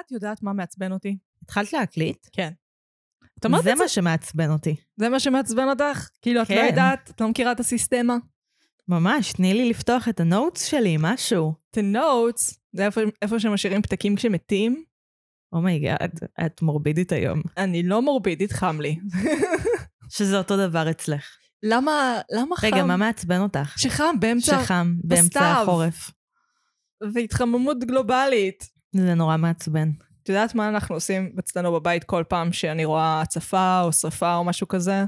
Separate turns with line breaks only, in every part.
את יודעת מה מעצבן אותי.
התחלת להקליט?
כן. את אמרת
זה
את זה?
מה שמעצבן אותי.
זה מה שמעצבן אותך? כאילו, את לא
כן.
יודעת, את לא מכירה את הסיסטמה.
ממש, תני לי לפתוח את הנוטס שלי, משהו.
The notes, זה איפה, איפה שמשאירים פתקים כשמתים.
אומייגאד, Oh את מורבידית היום.
אני לא מורבידית, חם לי.
שזה אותו דבר אצלך.
למה, למה חם?
רגע, מה מעצבן אותך?
שחם באמצע,
שחם, באמצע
בסתיו.
החורף.
והתחממות גלובלית.
זה נורא מעצבן.
את יודעת מה אנחנו עושים אצלנו בבית כל פעם שאני רואה הצפה או שרפה או משהו כזה?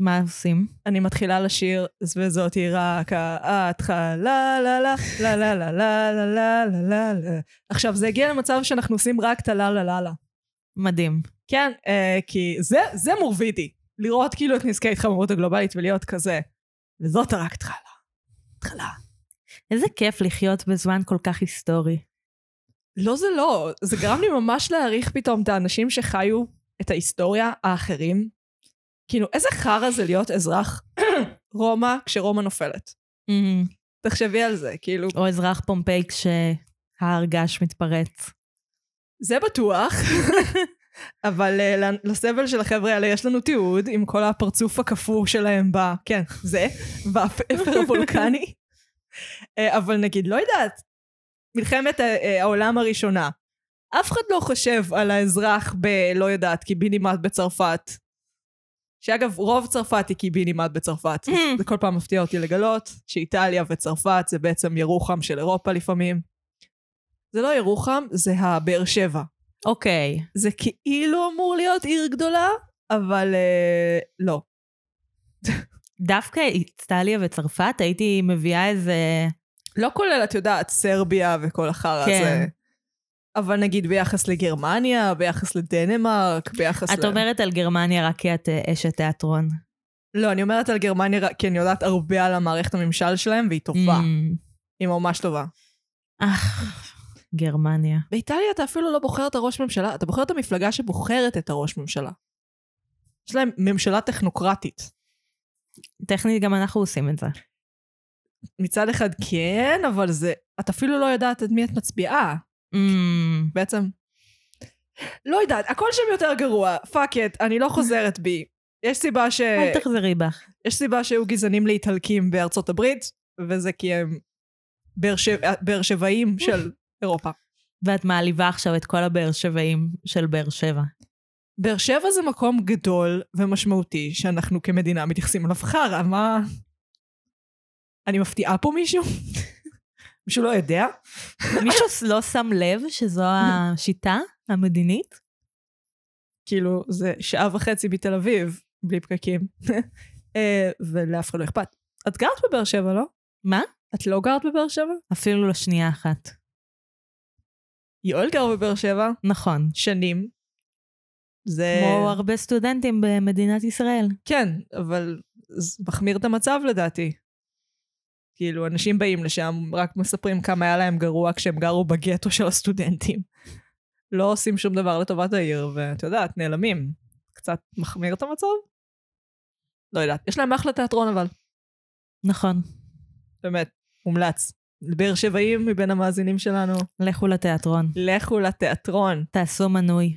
מה עושים?
אני מתחילה לשיר, וזאת היא רק ההתחלה, לה לה לה לה לה לה לה לה לה לה לה. עכשיו, זה הגיע למצב שאנחנו עושים רק את הלה לה לה לה.
מדהים.
כן, אה, כי זה, זה מורבידי. לראות כאילו את נזקי ההתחממות הגלובלית ולהיות כזה. וזאת רק התחלה. התחלה.
איזה כיף לחיות בזמן כל כך היסטורי.
לא זה לא, זה גרם לי ממש להעריך פתאום את האנשים שחיו את ההיסטוריה האחרים. כאילו, איזה חרא זה להיות אזרח רומא כשרומא נופלת. Mm-hmm. תחשבי על זה, כאילו,
או אזרח פומפיי כשההר געש מתפרץ.
זה בטוח. אבל אה, ל- לסבל של החבר'ה האלה יש לנו תיעוד עם כל הפרצוף הקפוא שלהם ב... כן, זה, באפר הוולקני. אה, אבל נגיד, לא יודעת, מלחמת אה, אה, העולם הראשונה. אף אחד לא חושב על האזרח ב... לא יודעת, קיבינימט בצרפת. שאגב, רוב צרפת היא קיבינימט בצרפת. זה כל פעם מפתיע אותי לגלות שאיטליה וצרפת זה בעצם ירוחם של אירופה לפעמים. זה לא ירוחם, זה הבאר שבע.
אוקיי.
זה כאילו אמור להיות עיר גדולה, אבל אה, לא.
דווקא איטליה וצרפת, הייתי מביאה איזה...
לא כולל, את יודעת, סרביה וכל החרא
כן.
הזה. אבל נגיד ביחס לגרמניה, ביחס לדנמרק, ביחס
את אומרת על גרמניה רק כי את אה, אשת תיאטרון.
לא, אני אומרת על גרמניה רק- כי אני יודעת הרבה על המערכת הממשל שלהם, והיא טובה.
Mm.
היא ממש טובה.
אך, גרמניה.
באיטליה אתה אפילו לא בוחר את הראש ממשלה, אתה בוחר את המפלגה שבוחרת את הראש ממשלה. יש להם ממשלה טכנוקרטית.
טכנית גם אנחנו עושים את זה.
מצד אחד כן, אבל זה... את אפילו לא יודעת את מי את מצביעה.
Mm,
בעצם... לא יודעת, הכל שם יותר גרוע. פאק את, אני לא חוזרת בי. יש סיבה ש...
אל תחזרי בך.
יש סיבה שהיו גזענים לאיטלקים בארצות הברית, וזה כי הם באר שבע- באר שבעים של אירופה.
ואת מעליבה עכשיו את כל הבאר שבעים של באר שבע.
באר שבע זה מקום גדול ומשמעותי שאנחנו כמדינה מתייחסים אליו חרא, מה... אני מפתיעה פה מישהו? מישהו לא יודע?
מישהו לא שם לב שזו השיטה המדינית?
כאילו, זה שעה וחצי בתל אביב, בלי פקקים. אה, ולאף אחד לא אכפת. את גרת בבאר שבע, לא?
מה?
את לא גרת בבאר שבע?
אפילו לא שנייה אחת.
יואל גר בבאר שבע
נכון.
שנים. זה...
כמו הרבה סטודנטים במדינת ישראל.
כן, אבל זה מחמיר את המצב לדעתי. כאילו, אנשים באים לשם, רק מספרים כמה היה להם גרוע כשהם גרו בגטו של הסטודנטים. לא עושים שום דבר לטובת העיר, ואת יודעת, נעלמים. קצת מחמיר את המצב? לא יודעת. יש להם אחלה תיאטרון, אבל.
נכון.
באמת, מומלץ. באר שבעים מבין המאזינים שלנו,
לכו לתיאטרון.
לכו לתיאטרון,
תעשו מנוי.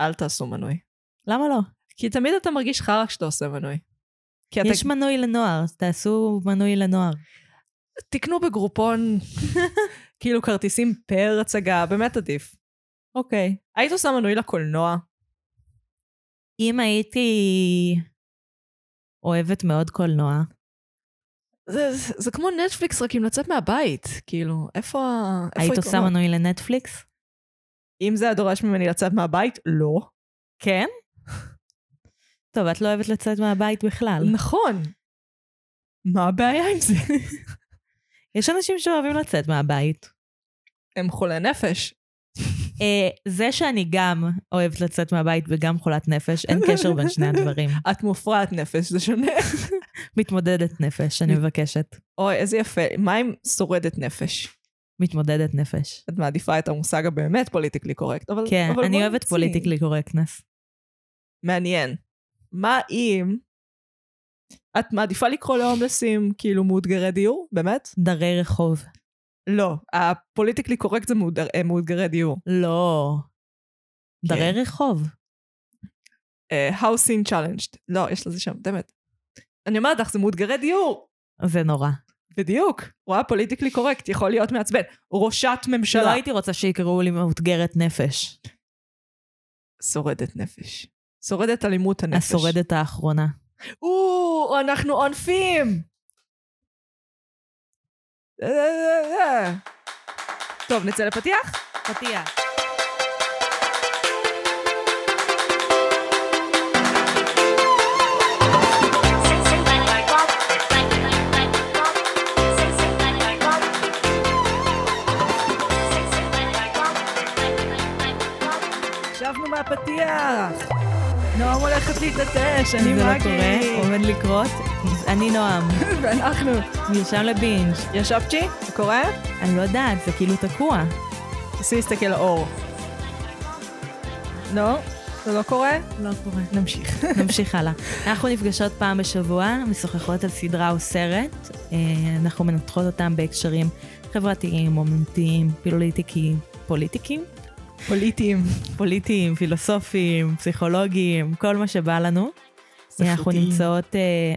אל תעשו מנוי.
למה לא?
כי תמיד אתה מרגיש חרא כשאתה עושה מנוי. כי אתה...
יש מנוי לנוער, תעשו מנוי לנוער.
תקנו בגרופון, כאילו כרטיסים פר הצגה, באמת עדיף.
אוקיי.
היית עושה מנוי לקולנוע?
אם הייתי אוהבת מאוד קולנוע,
זה, זה, זה כמו נטפליקס, רק עם לצאת מהבית. כאילו, איפה ה... איפה
היית עושה
היתרונות?
מנוי לנטפליקס?
אם זה היה דורש ממני לצאת מהבית, לא.
כן. טוב, את לא אוהבת לצאת מהבית בכלל.
נכון. מה הבעיה עם זה?
יש אנשים שאוהבים לצאת מהבית.
הם חולי נפש.
אה, זה שאני גם אוהבת לצאת מהבית וגם חולת נפש, אין קשר בין שני הדברים.
את מופרעת נפש, זה שונה.
מתמודדת נפש, אני מבקשת.
אוי, איזה יפה. מה עם שורדת נפש?
מתמודדת נפש.
את מעדיפה את המושג הבאמת פוליטיקלי קורקט, אבל...
כן,
אבל
אני
בואי
אוהבת
נמציא.
פוליטיקלי קורקטנס.
מעניין. מה אם... את מעדיפה לקרוא להומלסים כאילו מאותגרי דיור? באמת?
דרי רחוב.
לא, הפוליטיקלי קורקט זה מאותגר- אה, מאותגרי דיור.
לא. דרי
כן.
רחוב.
אה, housing challenged. לא, יש לזה שם, באמת. אני אומרת לך, זה מאותגרי דיור.
זה נורא.
בדיוק. רואה פוליטיקלי קורקט, יכול להיות מעצבן. ראשת
לא
ממשלה.
הייתי רוצה שיקראו לי מאותגרת נפש.
שורדת נפש. שורדת אלימות הנפש.
השורדת האחרונה.
או, אנחנו עונפים! אה, אה, אה. טוב, נצא לפתיח?
פתיח.
שבנו מהפתיח! נועם הולכת להתעטש, אני
זה לא קורה,
מגי.
עומד לקרות. אני נועם,
ואנחנו.
נרשם לבינג'.
ישבצ'י? זה קורה?
אני לא יודעת, זה כאילו תקוע.
תנסי להסתכל לאור. לא? זה לא קורה?
לא קורה.
נמשיך.
נמשיך הלאה. אנחנו נפגשות פעם בשבוע, משוחחות על סדרה או סרט. אה, אנחנו מנתחות אותם בהקשרים חברתיים, אומנותיים, פוליטיקיים. פוליטיקים?
פוליטיים.
פוליטיים, פילוסופיים, פסיכולוגיים, כל מה שבא לנו. אנחנו
ספרותיים.
נמצאות אה,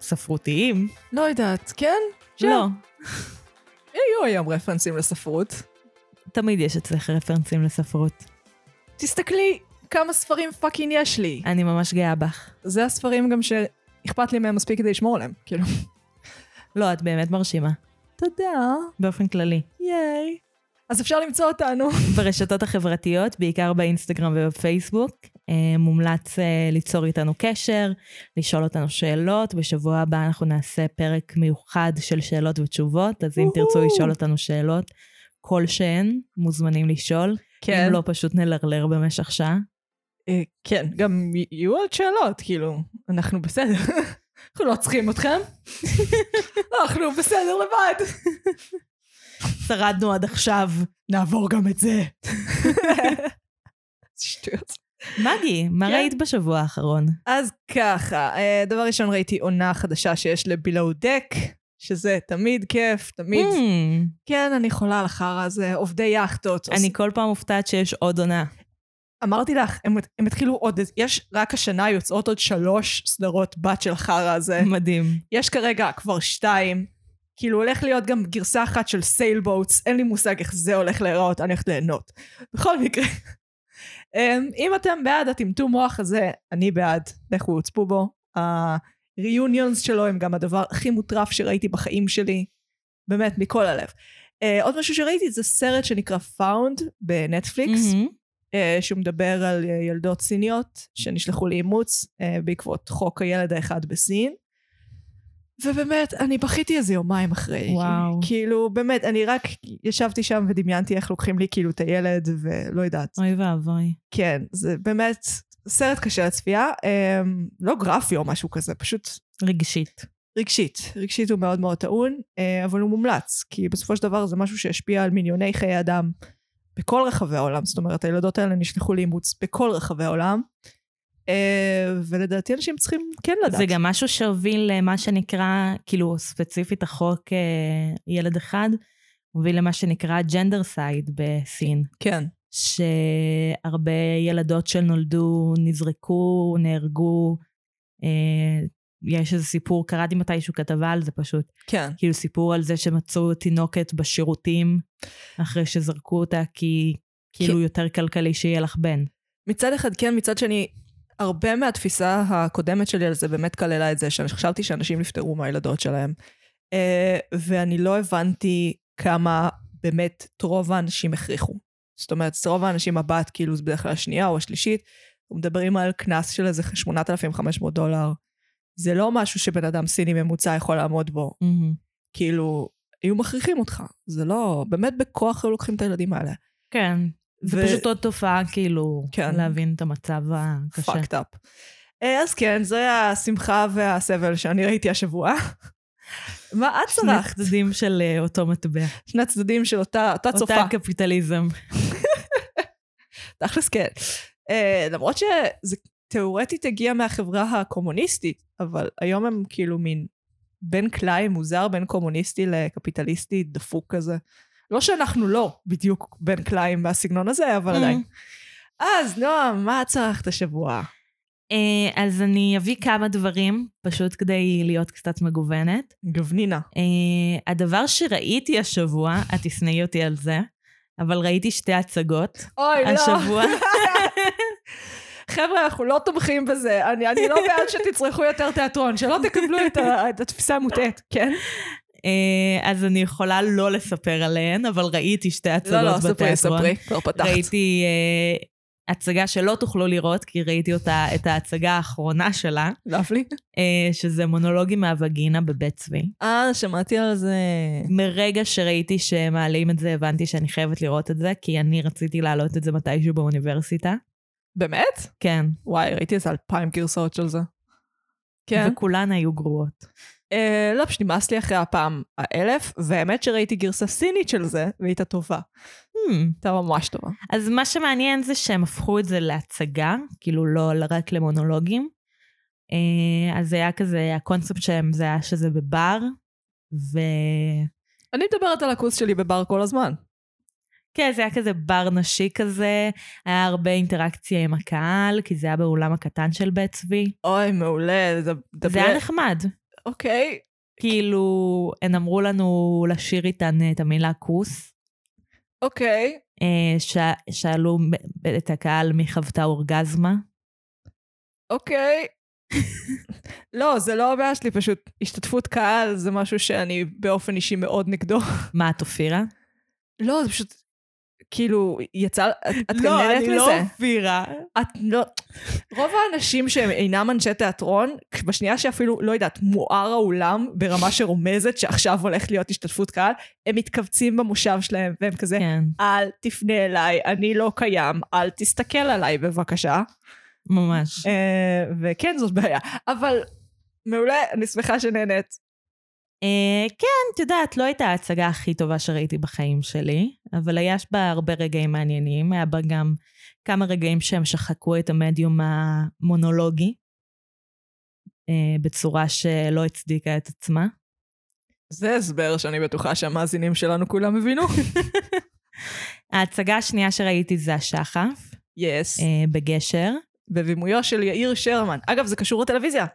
ספרותיים.
לא יודעת, כן? שם.
לא,
יהיו היום רפרנסים לספרות.
תמיד יש אצלך רפרנסים לספרות.
תסתכלי כמה ספרים פאקינג יש לי.
אני ממש גאה בך.
זה הספרים גם שאכפת לי מהם מספיק כדי לשמור עליהם, כאילו.
לא, את באמת מרשימה,
תודה,
באופן כללי.
ייי. אז אפשר למצוא אותנו.
ברשתות החברתיות, בעיקר באינסטגרם ובפייסבוק. אה, מומלץ אה, ליצור איתנו קשר, לשאול אותנו שאלות. בשבוע הבא אנחנו נעשה פרק מיוחד של שאלות ותשובות, אז אם
אוהו.
תרצו לשאול אותנו שאלות כלשהן, מוזמנים לשאול. אם לא, פשוט נלרלר במשך שעה.
אה, כן, גם י- יהיו עוד שאלות, כאילו, אנחנו בסדר. אנחנו לא צריכים אתכם. אנחנו בסדר לבד.
שרדנו עד עכשיו.
נעבור גם את זה. שטויות.
מגי, מה
כן.
ראית בשבוע האחרון?
אז ככה, אה, דבר ראשון ראיתי עונה חדשה שיש לבילאו דק, שזה תמיד כיף, תמיד...
Hmm,
כן, אני חולה על החרא הזה, עובדי יאכטות.
אני כל פעם מופתעת שיש עוד עונה.
אמרתי לך, הם, הם התחילו עוד, יש רק השנה יוצאות עוד שלוש סדרות בת של החרא הזה.
מדהים.
יש כרגע כבר שתיים. כאילו הולך להיות גם גרסה אחת של סייל בוטס, אין לי מושג איך זה הולך להיראות, אני הולכת ליהנות. בכל מקרה, אמ, אם אתם בעד הטמטום מוח הזה, אני בעד, לכו הוצפו בו. הריוניונס שלו הם גם הדבר הכי מוטרף שראיתי בחיים שלי, באמת, מכל הלב. אה, עוד משהו שראיתי זה סרט שנקרא Found בנטפליקס.
מהמם.
אה, שהוא מדבר על אה, ילדות סיניות שנשלחו לאימוץ אה, בעקבות חוק הילד האחד בסין. ובאמת, אני בכיתי איזה יומיים אחרי.
וואו.
כאילו, באמת, אני רק ישבתי שם ודמיינתי איך לוקחים לי כאילו את הילד, ולא יודעת.
אוי ואבוי.
כן, זה באמת סרט קשה לצפייה, אה, לא גרפי או משהו כזה, פשוט
רגשית.
רגשית. רגשית הוא מאוד מאוד טעון, אה, אבל הוא מומלץ, כי בסופו של דבר זה משהו שהשפיע על מיליוני חיי אדם בכל רחבי העולם. זאת אומרת, הילדות האלה נשלחו לאימוץ בכל רחבי העולם, אה, ולדעתי אנשים צריכים כן לדעת.
זה גם משהו שהוביל למה שנקרא, כאילו ספציפית החוק אה, ילד אחד, הוביל למה שנקרא ג'נדר סייד בסין,
כן.
שהרבה ילדות שנולדו נזרקו, נהרגו. אה, יש איזה סיפור, קראתי מתישהו כתבה על זה פשוט,
כן.
כאילו סיפור על זה שמצאו תינוקת בשירותים אחרי שזרקו אותה, כי כאילו יותר כלכלי שיהיה לך בן.
מצד אחד כן, מצד שני, הרבה מהתפיסה הקודמת שלי על זה באמת כללה את זה, שאני חשבתי שאנשים נפטרו מהילדות שלהם. אה, ואני לא הבנתי כמה באמת את רוב האנשים הכריחו. זאת אומרת, את רוב האנשים הבת, כאילו, זה בדרך כלל השנייה או השלישית, מדברים על קנס של איזה 8,500 דולר. זה לא משהו שבן אדם סיני ממוצע יכול לעמוד בו.
מהמם.
כאילו, היו מכריחים אותך. זה לא... באמת בכוח היו לוקחים את הילדים האלה.
כן, זה
ו-
פשוט עוד תופעה, כאילו,
כן.
להבין את המצב הקשה.
fucked up. אה, אז כן, זה השמחה והסבל שאני ראיתי השבוע. מה את
שני
צרחת?
צדדים של אה, אותו מטבע.
שני הצדדים של אותה, אותה צופה.
אותה קפיטליזם.
תכלס כן. אה, למרות שזה תאורטית הגיע מהחברה הקומוניסטית, אבל היום הם כאילו מין בין קלעי מוזר, בין קומוניסטי לקפיטליסטי דפוק כזה. לא שאנחנו לא בדיוק בין קלעים מהסגנון הזה, אבל עדיין. אז נועם, מה צרכת השבוע?
אה, אז אני אביא כמה דברים, פשוט כדי להיות קצת מגוונת.
גבנינה.
אה, הדבר שראיתי השבוע, את תשנאי אותי על זה, אבל ראיתי שתי הצגות
אוי, לא.
השבוע.
חבר'ה, אנחנו לא תומכים בזה. אני, אני לא בעד שתצרכו יותר תיאטרון, שלא תקבלו את, ה, את התפיסה המוטעית, כן?
אה, אז אני יכולה לא לספר עליהן, אבל ראיתי שתי הצגות
לא,
בתיאטרון.
לא, ספרי, ספרי, כבר פתחת.
ראיתי אה, הצגה שלא תוכלו לראות, כי ראיתי אותה, את ההצגה האחרונה שלה,
להפליא.
אה, שזה מונולוגים מהווגינה בבית צבי.
אה, שמעתי על זה.
מרגע שראיתי שמעלים את זה, הבנתי שאני חייבת לראות את זה, כי אני רציתי להעלות את זה מתישהו באוניברסיטה.
באמת?
כן.
וואי, ראיתי איזה אלפיים גרסאות של זה. כן.
וכולן היו גרועות.
אה, לא, פשוט נמאס לי אחרי הפעם האלף, והאמת שראיתי גרסה סינית של זה, והיא הייתה טובה.
Hmm.
הייתה ממש טובה.
אז מה שמעניין זה שהם הפכו את זה להצגה, כאילו לא רק למונולוגים. אה, אז זה היה כזה, הקונספט שלהם זה היה שזה בבר, ו...
אני מדברת על הכוס שלי בבר כל הזמן.
כן, זה היה כזה בר נשי כזה, היה הרבה אינטראקציה עם הקהל, כי זה היה באולם הקטן של בית צבי.
אוי, מעולה, זה...
זה היה נחמד.
אוקיי.
כאילו, הן אמרו לנו לשיר איתן אה, את המילה כוס.
אוקיי.
אה, ש- שאלו מ- את הקהל מי חוותה אורגזמה.
אוקיי. לא, זה לא הבעיה שלי, פשוט השתתפות קהל זה משהו שאני באופן אישי מאוד נגדו.
מה את אופירה?
לא, זה פשוט, כאילו, יצא, את, את גם נהנית מזה.
אופירה.
לא, את לא... רוב האנשים שהם אינם אנשי תיאטרון, בשנייה שאפילו, לא יודעת, מואר האולם ברמה שרומזת שעכשיו הולכת להיות השתתפות קהל, הם מתכווצים במושב שלהם, והם כזה,
כן,
אל תפנה אליי, אני לא קיים, אל תסתכל עליי בבקשה.
ממש.
אה, וכן, זאת בעיה. אבל מעולה, אני שמחה שנהנית.
אה, כן, את יודעת, לא הייתה ההצגה הכי טובה שראיתי בחיים שלי, אבל היה בה הרבה רגעים מעניינים, היה בה גם כמה רגעים שהם שחקו את המדיום המונולוגי, אה, בצורה שלא הצדיקה את עצמה.
זה הסבר שאני בטוחה שהמאזינים שלנו כולם הבינו.
ההצגה השנייה שראיתי זה השחף,
יס.
אה, בגשר,
בבימויו של יאיר שרמן. אגב, זה קשור לטלוויזיה.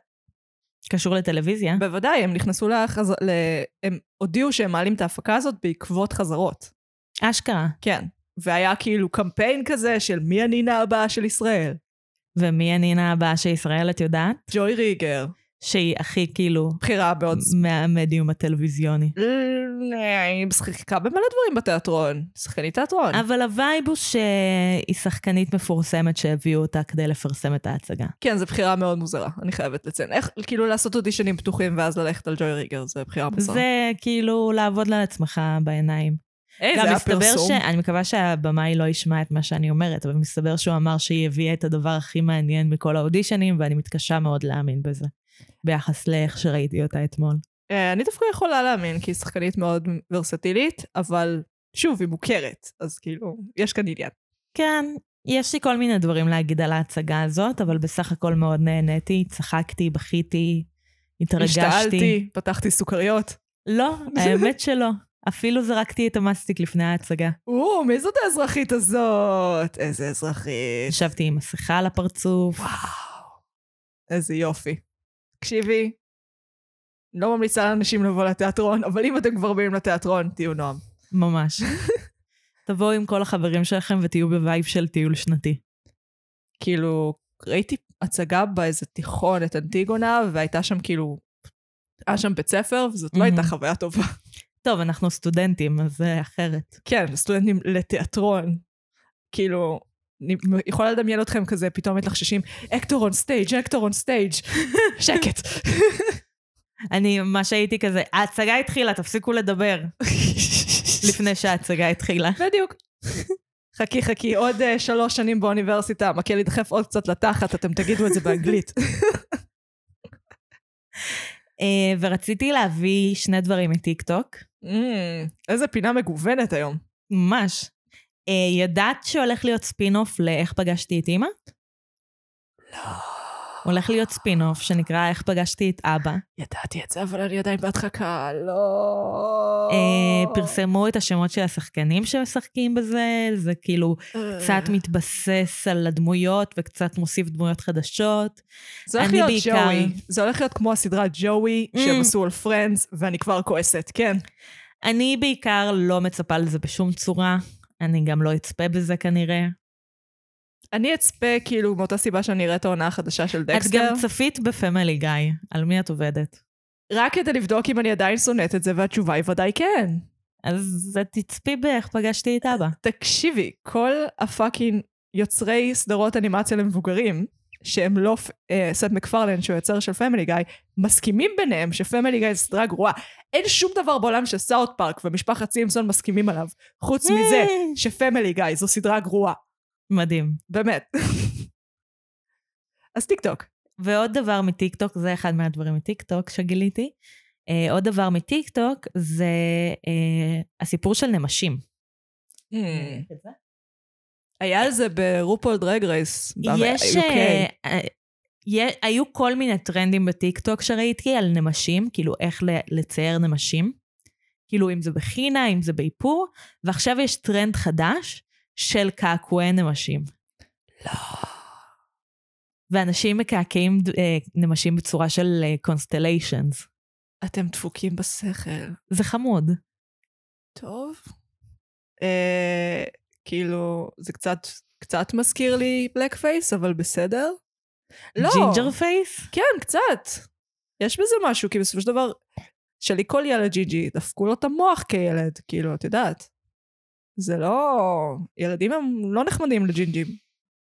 קשור לטלוויזיה.
בוודאי, הם נכנסו לחז... ל... הם הודיעו שהם מעלים את ההפקה הזאת בעקבות חזרות.
אשכרה.
כן. והיה כאילו קמפיין כזה של מי הנינה הבאה של ישראל.
ומי הנינה הבאה של ישראל, את יודעת?
ג'וי ריגר,
שהיא הכי כאילו
בחירה בעוד...
מהמדיום הטלוויזיוני.
אה, היא משחקה במלא דברים בתיאטרון. שחקנית תיאטרון.
אבל הווייב הוא שהיא שחקנית מפורסמת שהביאו אותה כדי לפרסם את ההצגה.
כן, זו בחירה מאוד מוזרה, אני חייבת לציין. איך, כאילו לעשות אודישנים פתוחים ואז ללכת על ג'וי ריגר, זו בחירה מוזרה.
זה כאילו לעבוד על עצמך בעיניים.
היי,
גם אה, מסתבר ש... אני מקווה שהבמאי לא ישמע את מה שאני אומרת, אבל מסתבר שהוא אמר שהיא הביאה את הדבר הכי מעניין מכל האודישנים, ואני מתקשה מאוד להאמין בזה, ביחס לאיך שראיתי אותה אתמול.
אה, אני דווקא יכולה להאמין, כי היא שחקנית מאוד ורסטילית, אבל שוב, היא מוכרת, אז כאילו, יש כאן עניין.
כן, יש לי כל מיני דברים להגיד על ההצגה הזאת, אבל בסך הכל מאוד נהניתי, צחקתי, בכיתי, התרגשתי.
השתעלתי, פתחתי סוכריות.
לא, האמת שלא. אפילו זרקתי את המסטיק לפני ההצגה.
או, מי זאת האזרחית הזאת? איזה אזרחית.
ישבתי עם מסכה על הפרצוף.
וואו. איזה יופי. תקשיבי, לא ממליצה לאנשים לבוא לתיאטרון, אבל אם אתם כבר באים לתיאטרון, תהיו נועם.
ממש. תבואו עם כל החברים שלכם ותהיו בווייב של טיול שנתי.
כאילו, ראיתי הצגה באיזה תיכון, את אנטיגונה, והייתה שם כאילו, היה שם בית ספר, וזאת לא
מהמם.
הייתה חוויה טובה.
טוב, אנחנו סטודנטים, אז זה אחרת.
כן, סטודנטים לתיאטרון. כאילו, אני יכולה לדמיין אתכם כזה, פתאום מתלחששים, אקטור און סטייג', אקטור און סטייג', שקט.
אני ממש הייתי כזה, ההצגה התחילה, תפסיקו לדבר. לפני שההצגה התחילה.
בדיוק. חכי חכי, עוד אה, שלוש שנים באוניברסיטה, המקל ידחף עוד קצת לתחת, אתם תגידו את זה באנגלית.
אה, ורציתי להביא שני דברים מטיקטוק.
אמ, איזה פינה מגוונת היום.
ממש. אה, ידעת שהולך להיות ספינוף לאיך פגשתי את אימא? הולך להיות ספינוף שנקרא איך פגשתי את אבא.
ידעתי את זה, אבל אני עדיין בהדחקה, לא.
אה, פרסמו את השמות של השחקנים שמשחקים בזה, זה כאילו
אה,
קצת מתבסס על הדמויות וקצת מוסיף דמויות חדשות.
זה הולך
אני
להיות
בעיקר-
ג'וי. זה הולך להיות כמו הסדרה ג'וי,
Mm.
שהם עשו על פרנדס, ואני כבר כועסת, כן.
אני בעיקר לא מצפה לזה בשום צורה, אני גם לא אצפה בזה כנראה.
אני אצפה, כאילו, מאותה סיבה שאני אראה את העונה החדשה של
את
דקסטר,
גם צפית בפמילי גיא, על מי את עובדת?
רק כדי לבדוק אם אני עדיין שונאת את זה, והתשובה היא ודאי כן.
אז את תצפי באיך פגשתי את אבא.
תקשיבי, כל הפאקינג יוצרי סדרות אנימציה למבוגרים, שהם לא פ- אה, סט מקפרלן, שהוא יוצר של פמילי גיא, מסכימים ביניהם שפמילי גיא זו סדרה גרועה. אין שום דבר בעולם שסאוט פארק ומשפחת סימפסון מסכימים עליו, חוץ מזה שפמילי גיא זו סדרה גרועה.
מדהים.
באמת. אז טיקטוק.
ועוד דבר מטיקטוק, זה אחד מהדברים מטיקטוק שגיליתי. אה, עוד דבר מטיקטוק זה אה, הסיפור של נמשים.
אה.
Hmm.
היה על זה ברופול דרג רייס. אוקיי.
יש...
כן.
אה, אה, יה- היו כל מיני טרנדים בטיקטוק שראיתי על נמשים, כאילו איך ל- לצייר נמשים. כאילו אם זה בחינה, אם זה באיפור, ועכשיו יש טרנד חדש של קעקועי נמשים.
לא.
ואנשים מקעקעים אה, נמשים בצורה של אה, קונסטליישנס.
אתם דפוקים בשכל.
זה חמוד.
טוב. אה, כאילו, זה קצת, קצת מזכיר לי בלק פייס, אבל בסדר. לא.
ג'ינג'ר פייס?
כן, קצת. יש בזה משהו, כי בסופו של דבר, שלי כל ילד ג'י-ג'י, דפקו לו את המוח כילד, כאילו, את יודעת. זה לא... ילדים הם לא נחמדים לג'ינג'ים.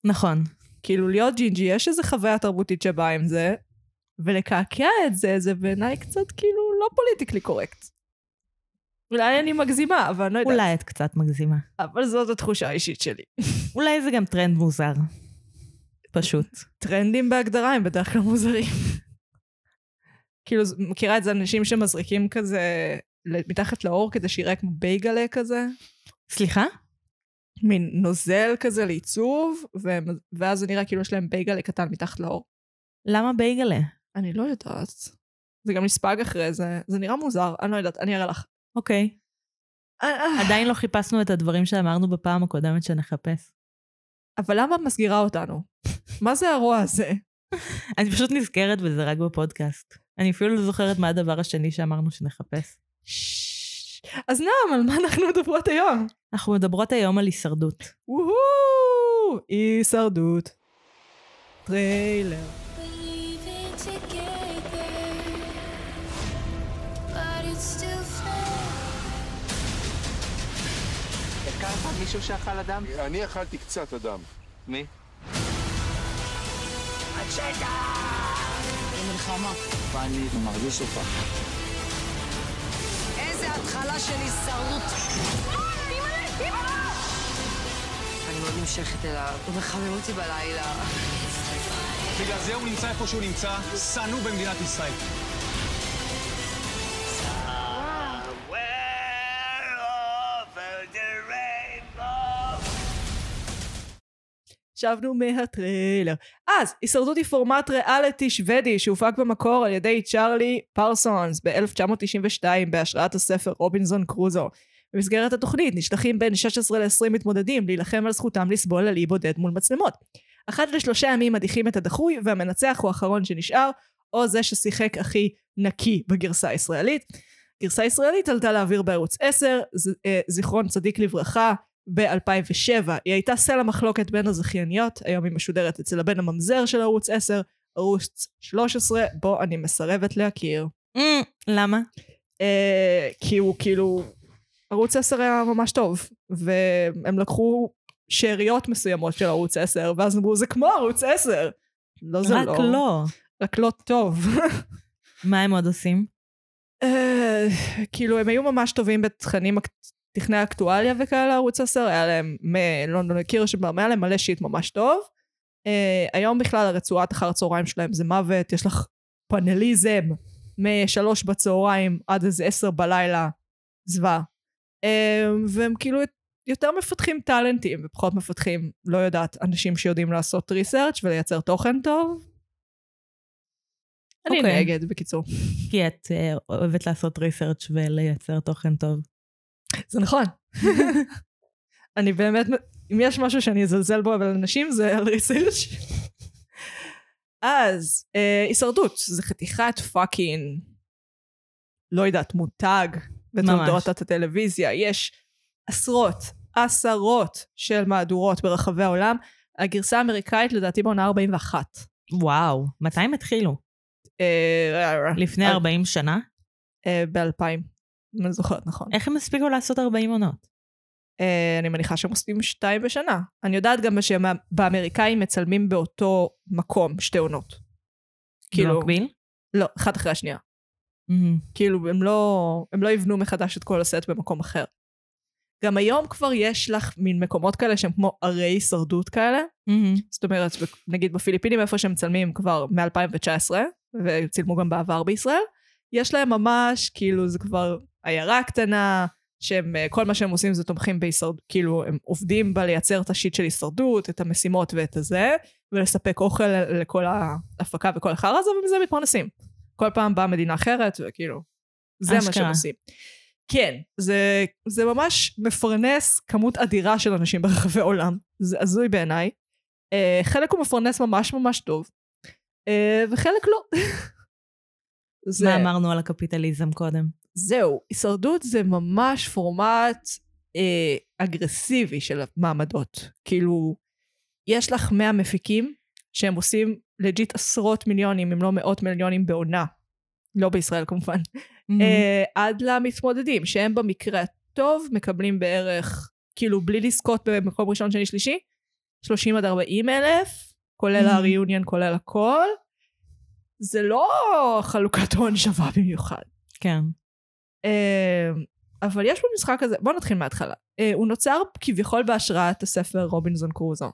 נכון.
כאילו, להיות ג'ינג'י, יש איזו חוויה תרבותית שבאה עם זה, ולקעקע את זה, זה בעיניי קצת כאילו לא פוליטיקלי קורקט. אולי אני מגזימה, אבל אני לא יודעת.
אולי את קצת מגזימה.
אבל זאת התחושה האישית שלי.
אולי זה גם טרנד מוזר. פשוט.
טרנדים בהגדרה הם בדרך כלל מוזרים. כאילו, ז- מכירה את זה אנשים שמזריקים כזה ל- מתחת לאור כדי שיראה כמו בייגלה כזה?
סליחה?
מין נוזל כזה לעיצוב, והם, ואז זה נראה כאילו יש להם בייגלה קטן מתחת לאור.
למה בייגלה?
אני לא יודעת. זה גם נספג אחרי זה, זה נראה מוזר, אני לא יודעת, אני אראה לך.
אוקיי. עדיין לא חיפשנו את הדברים שאמרנו בפעם הקודמת שנחפש.
אבל למה את מסגירה אותנו? מה זה הרוע הזה?
אני פשוט נזכרת בזה רק בפודקאסט. אני אפילו לא זוכרת מה הדבר השני שאמרנו שנחפש.
אז נעם, על מה אנחנו מדברות היום?
אנחנו מדברות היום על הישרדות.
וואו! הישרדות. טריילר.
Believing together, but it's still fun.
הזכרת מישהו שאכל אדם?
אני אכלתי קצת אדם.
מי?
מלחמה.
ואני מרגיש אותה.
איזה התחלה של הישרדות. אני מאוד נמשכת אליו, הוא מחמם אותי בלילה.
בגלל זה הוא נמצא איפה שהוא נמצא, שנוא במדינת ישראל.
שבנו מהטריילר. אז, הישרדות היא פורמט ריאליטי שוודי שהופק במקור על ידי צ'ארלי פרסונס ב-1992 בהשראת הספר רובינזון קרוזו. במסגרת התוכנית נשלחים בין 16 ל-20 מתמודדים להילחם על זכותם לסבול על אי בודד מול מצלמות. אחת לשלושה ימים מדיחים את הדחוי והמנצח הוא האחרון שנשאר, או זה ששיחק הכי נקי בגרסה הישראלית. גרסה ישראלית עלתה לאוויר בערוץ 10, ז- אה, זיכרון צדיק לברכה, ב-2007. היא הייתה סלע מחלוקת בין הזכייניות, היום היא משודרת אצל הבן הממזר של ערוץ 10, ערוץ 13, בו אני מסרבת להכיר.
אמ, למה?
אה, כי הוא כאילו... ערוץ 10 היה ממש טוב, והם לקחו שאריות מסוימות של ערוץ 10, ואז אמרו, זה כמו ערוץ 10! לא, זה
רק לא.
רק לא טוב.
מה הם עוד עושים?
אה, כאילו הם היו ממש טובים בתכנים, אק- תכני אקטואליה וכאלה, ערוץ 10, היה להם לא, מלונדון לקירשנבאום, היה להם מלא שיט ממש טוב. אה, היום בכלל הרצועת אחר הצהריים שלהם זה מוות, יש לך פאנליזם משלוש בצהריים עד איזה עשר בלילה, זוועה. אה, והם כאילו יותר מפתחים טאלנטים ופחות מפתחים, לא יודעת, אנשים שיודעים לעשות ריסרצ' ולייצר תוכן טוב.
אני
אוקיי.
נגד.
נגד, בקיצור.
כי את אה, אוהבת לעשות ריסרצ' ולייצר תוכן טוב.
זה נכון. אני באמת, אם יש משהו שאני אזלזל בו אבל אנשים זה על ריסרצ'. אז אה, הישרדות זה חתיכת פאקינג, לא יודעת, מותג
ממש.
בתולדות הטלוויזיה. יש עשרות, עשרות של מהדורות ברחבי העולם. הגרסה האמריקאית לדעתי בעונה 41.
וואו, מתי הם התחילו? לפני
אה,
40 שנה?
אה, ב-2000, אם אני זוכרת נכון.
איך הם הספיקו לעשות 40 עונות?
אה, אני מניחה שהם עושים שתיים בשנה. אני יודעת גם שבאמריקאים מצלמים באותו מקום שתי עונות. כאילו,
במקביל?
לא, אחת אחרי השנייה.
מהמם.
כאילו, הם לא, הם לא יבנו מחדש את כל הסט במקום אחר. גם היום כבר יש לך מין מקומות כאלה שהם כמו ערי הישרדות כאלה.
מהמם.
זאת אומרת, ב- נגיד בפיליפינים, איפה שהם מצלמים כבר מ-2019, וצילמו גם בעבר בישראל, יש להם ממש, כאילו, זה כבר עיירה קטנה, שהם, אה, כל מה שהם עושים זה תומכים בהישרדות, כאילו, הם עובדים בלייצר את השיט של הישרדות, את המשימות ואת הזה, ולספק אוכל ל- לכל ההפקה וכל החרא הזה, ומזה מתפרנסים. כל פעם באה מדינה אחרת, וכאילו, זה מה שהם
אשכרה.
עושים. כן, זה, זה ממש מפרנס כמות אדירה של אנשים ברחבי העולם. זה הזוי בעיניי. אה, חלק הוא מפרנס ממש ממש טוב, אה, וחלק לא. זה,
מה אמרנו על הקפיטליזם קודם?
זהו, הישרדות זה ממש פורמט אה, אגרסיבי של מעמדות. כאילו, יש לך 100 מפיקים שהם עושים לג'יט עשרות מיליונים, אם לא מאות מיליונים בעונה. לא בישראל כמובן.
Mm-hmm.
אה, עד למתמודדים, שהם במקרה הטוב מקבלים בערך, כאילו בלי לזכות במקום ראשון, שני, שלישי, 30 עד 40 אלף, כולל
Mhm.
הריוניון, כולל הכל. זה לא חלוקת הון שווה במיוחד.
כן.
אה, אבל יש במשחק הזה, בואו נתחיל מההתחלה. אה, הוא נוצר כביכול בהשראת הספר רובינזון קרוזו.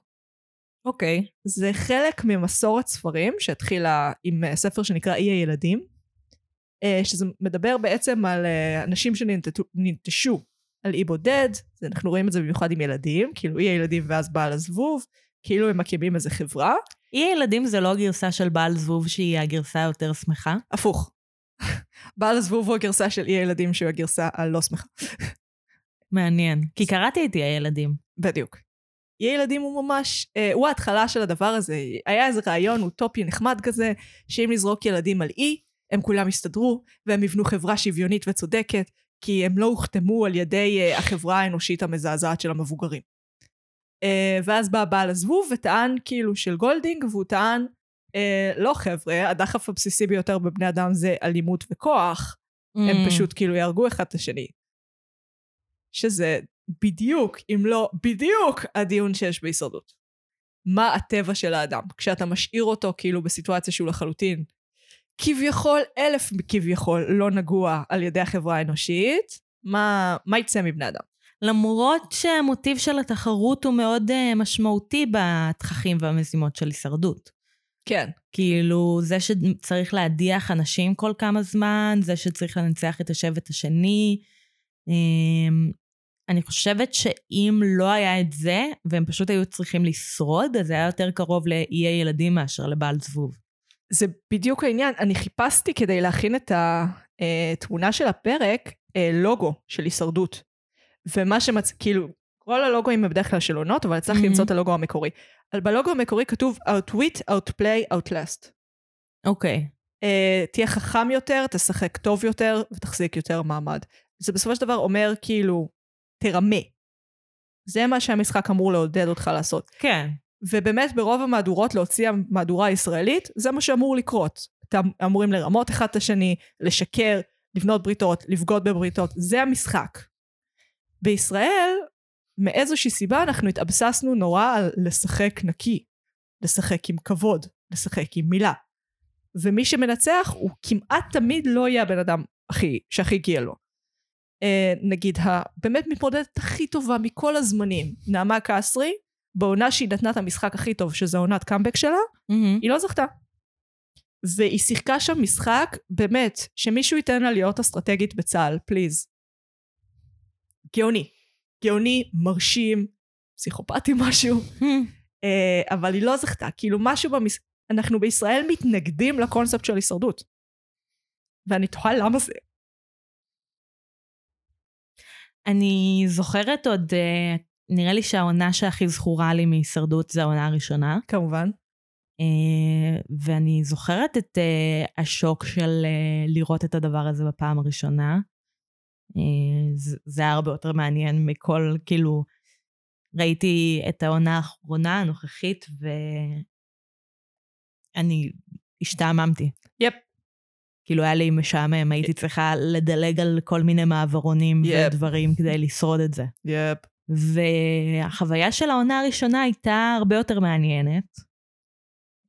אוקיי.
זה חלק ממסורת ספרים שהתחילה עם אה, ספר שנקרא אי הילדים, אה, שזה מדבר בעצם על אה, אנשים שננטשו ננטשו על אי בודד, זה- אנחנו רואים את זה במיוחד עם ילדים, כאילו אי הילדים ואז בעל הזבוב, כאילו הם מקימים איזה חברה,
אי הילדים זה לא הגרסה של בעל זבוב שהיא הגרסה היותר שמחה?
הפוך. בעל הזבוב הוא הגרסה של אי הילדים שהוא הגרסה הלא שמחה.
מעניין. כי קראתי את אי הילדים.
בדיוק. יהיה ילדים הוא ממש, אה, הוא ההתחלה של הדבר הזה. היה איזה רעיון אוטופי נחמד כזה, שאם נזרוק ילדים על אי, הם כולם יסתדרו, והם יבנו חברה שוויונית וצודקת, כי הם לא הוכתמו על ידי אה, החברה האנושית המזעזעת של המבוגרים. אה, ואז בא הבעל הזבוב וטען כאילו של גולדינג, והוא טען, אה, לא חבר'ה, הדחף הבסיסי ביותר בבני אדם זה אלימות וכוח,
Mm.
הם פשוט כאילו יהרגו אחד את השני. שזה בדיוק, אם לא בדיוק, הדיון שיש בהישרדות. מה הטבע של האדם? כשאתה משאיר אותו כאילו בסיטואציה שהוא לחלוטין כביכול, אלף כביכול, לא נגוע על ידי החברה האנושית, מה, מה יצא מבני אדם?
למרות שהמוטיב של התחרות הוא מאוד אה, משמעותי בתככים והמשימות של הישרדות.
כן.
כאילו, זה שצריך להדיח אנשים כל כמה זמן, זה שצריך לנצח את השבט השני. אמ, אני חושבת שאם לא היה את זה, והם פשוט היו צריכים לשרוד, אז זה היה יותר קרוב לאי הילדים מאשר לבעל זבוב.
זה בדיוק העניין. אני חיפשתי כדי להכין את התמונה של הפרק, אה, לוגו של הישרדות. ומה שמצ... כאילו, כל הלוגוים הם בדרך כלל של עונות, אבל הצלחתי
Mhm.
למצוא את הלוגו המקורי. אבל בלוגו המקורי כתוב Outwit, Outplay, Outlast.
אוקיי.
אה, תהיה חכם יותר, תשחק טוב יותר ותחזיק יותר מעמד. זה בסופו של דבר אומר כאילו, תרמה. זה מה שהמשחק אמור לעודד אותך לעשות.
כן.
ובאמת ברוב המהדורות להוציא המהדורה הישראלית, זה מה שאמור לקרות. אתם אמורים לרמות אחד את השני, לשקר, לבנות בריתות, לבגוד בבריתות, זה המשחק. בישראל, מאיזושהי סיבה אנחנו התאבססנו נורא על לשחק נקי, לשחק עם כבוד, לשחק עם מילה. ומי שמנצח הוא כמעט תמיד לא יהיה הבן אדם הכי, שהכי הגיע לו. אה, נגיד, הבאמת מתמודדת הכי טובה מכל הזמנים, נעמה קסרי, בעונה שהיא נתנה את המשחק הכי טוב, שזה עונת קאמבק שלה,
מהמם.
היא לא זכתה. והיא שיחקה שם משחק, באמת, שמישהו ייתן לה להיות אסטרטגית בצה"ל, פליז. גאוני. גאוני, מרשים, פסיכופתי משהו,
מהמם.
אה, אבל היא לא זכתה. כאילו משהו במשחק, אנחנו בישראל מתנגדים לקונספט של הישרדות. ואני תוהה למה זה.
אני זוכרת עוד, אה, נראה לי שהעונה שהכי זכורה לי מהישרדות זה העונה הראשונה,
כמובן.
אה, ואני זוכרת את אה, השוק של אה, לראות את הדבר הזה בפעם הראשונה. אה, זה- זה היה הרבה יותר מעניין מכל, כאילו, ראיתי את העונה האחרונה הנוכחית, ואני השתעממתי.
יפ. אה.
כאילו היה לי משעמם, הייתי צריכה לדלג על כל מיני מעברונים
יפ.
ודברים כדי לשרוד את זה.
יפ.
והחוויה של העונה הראשונה הייתה הרבה יותר מעניינת.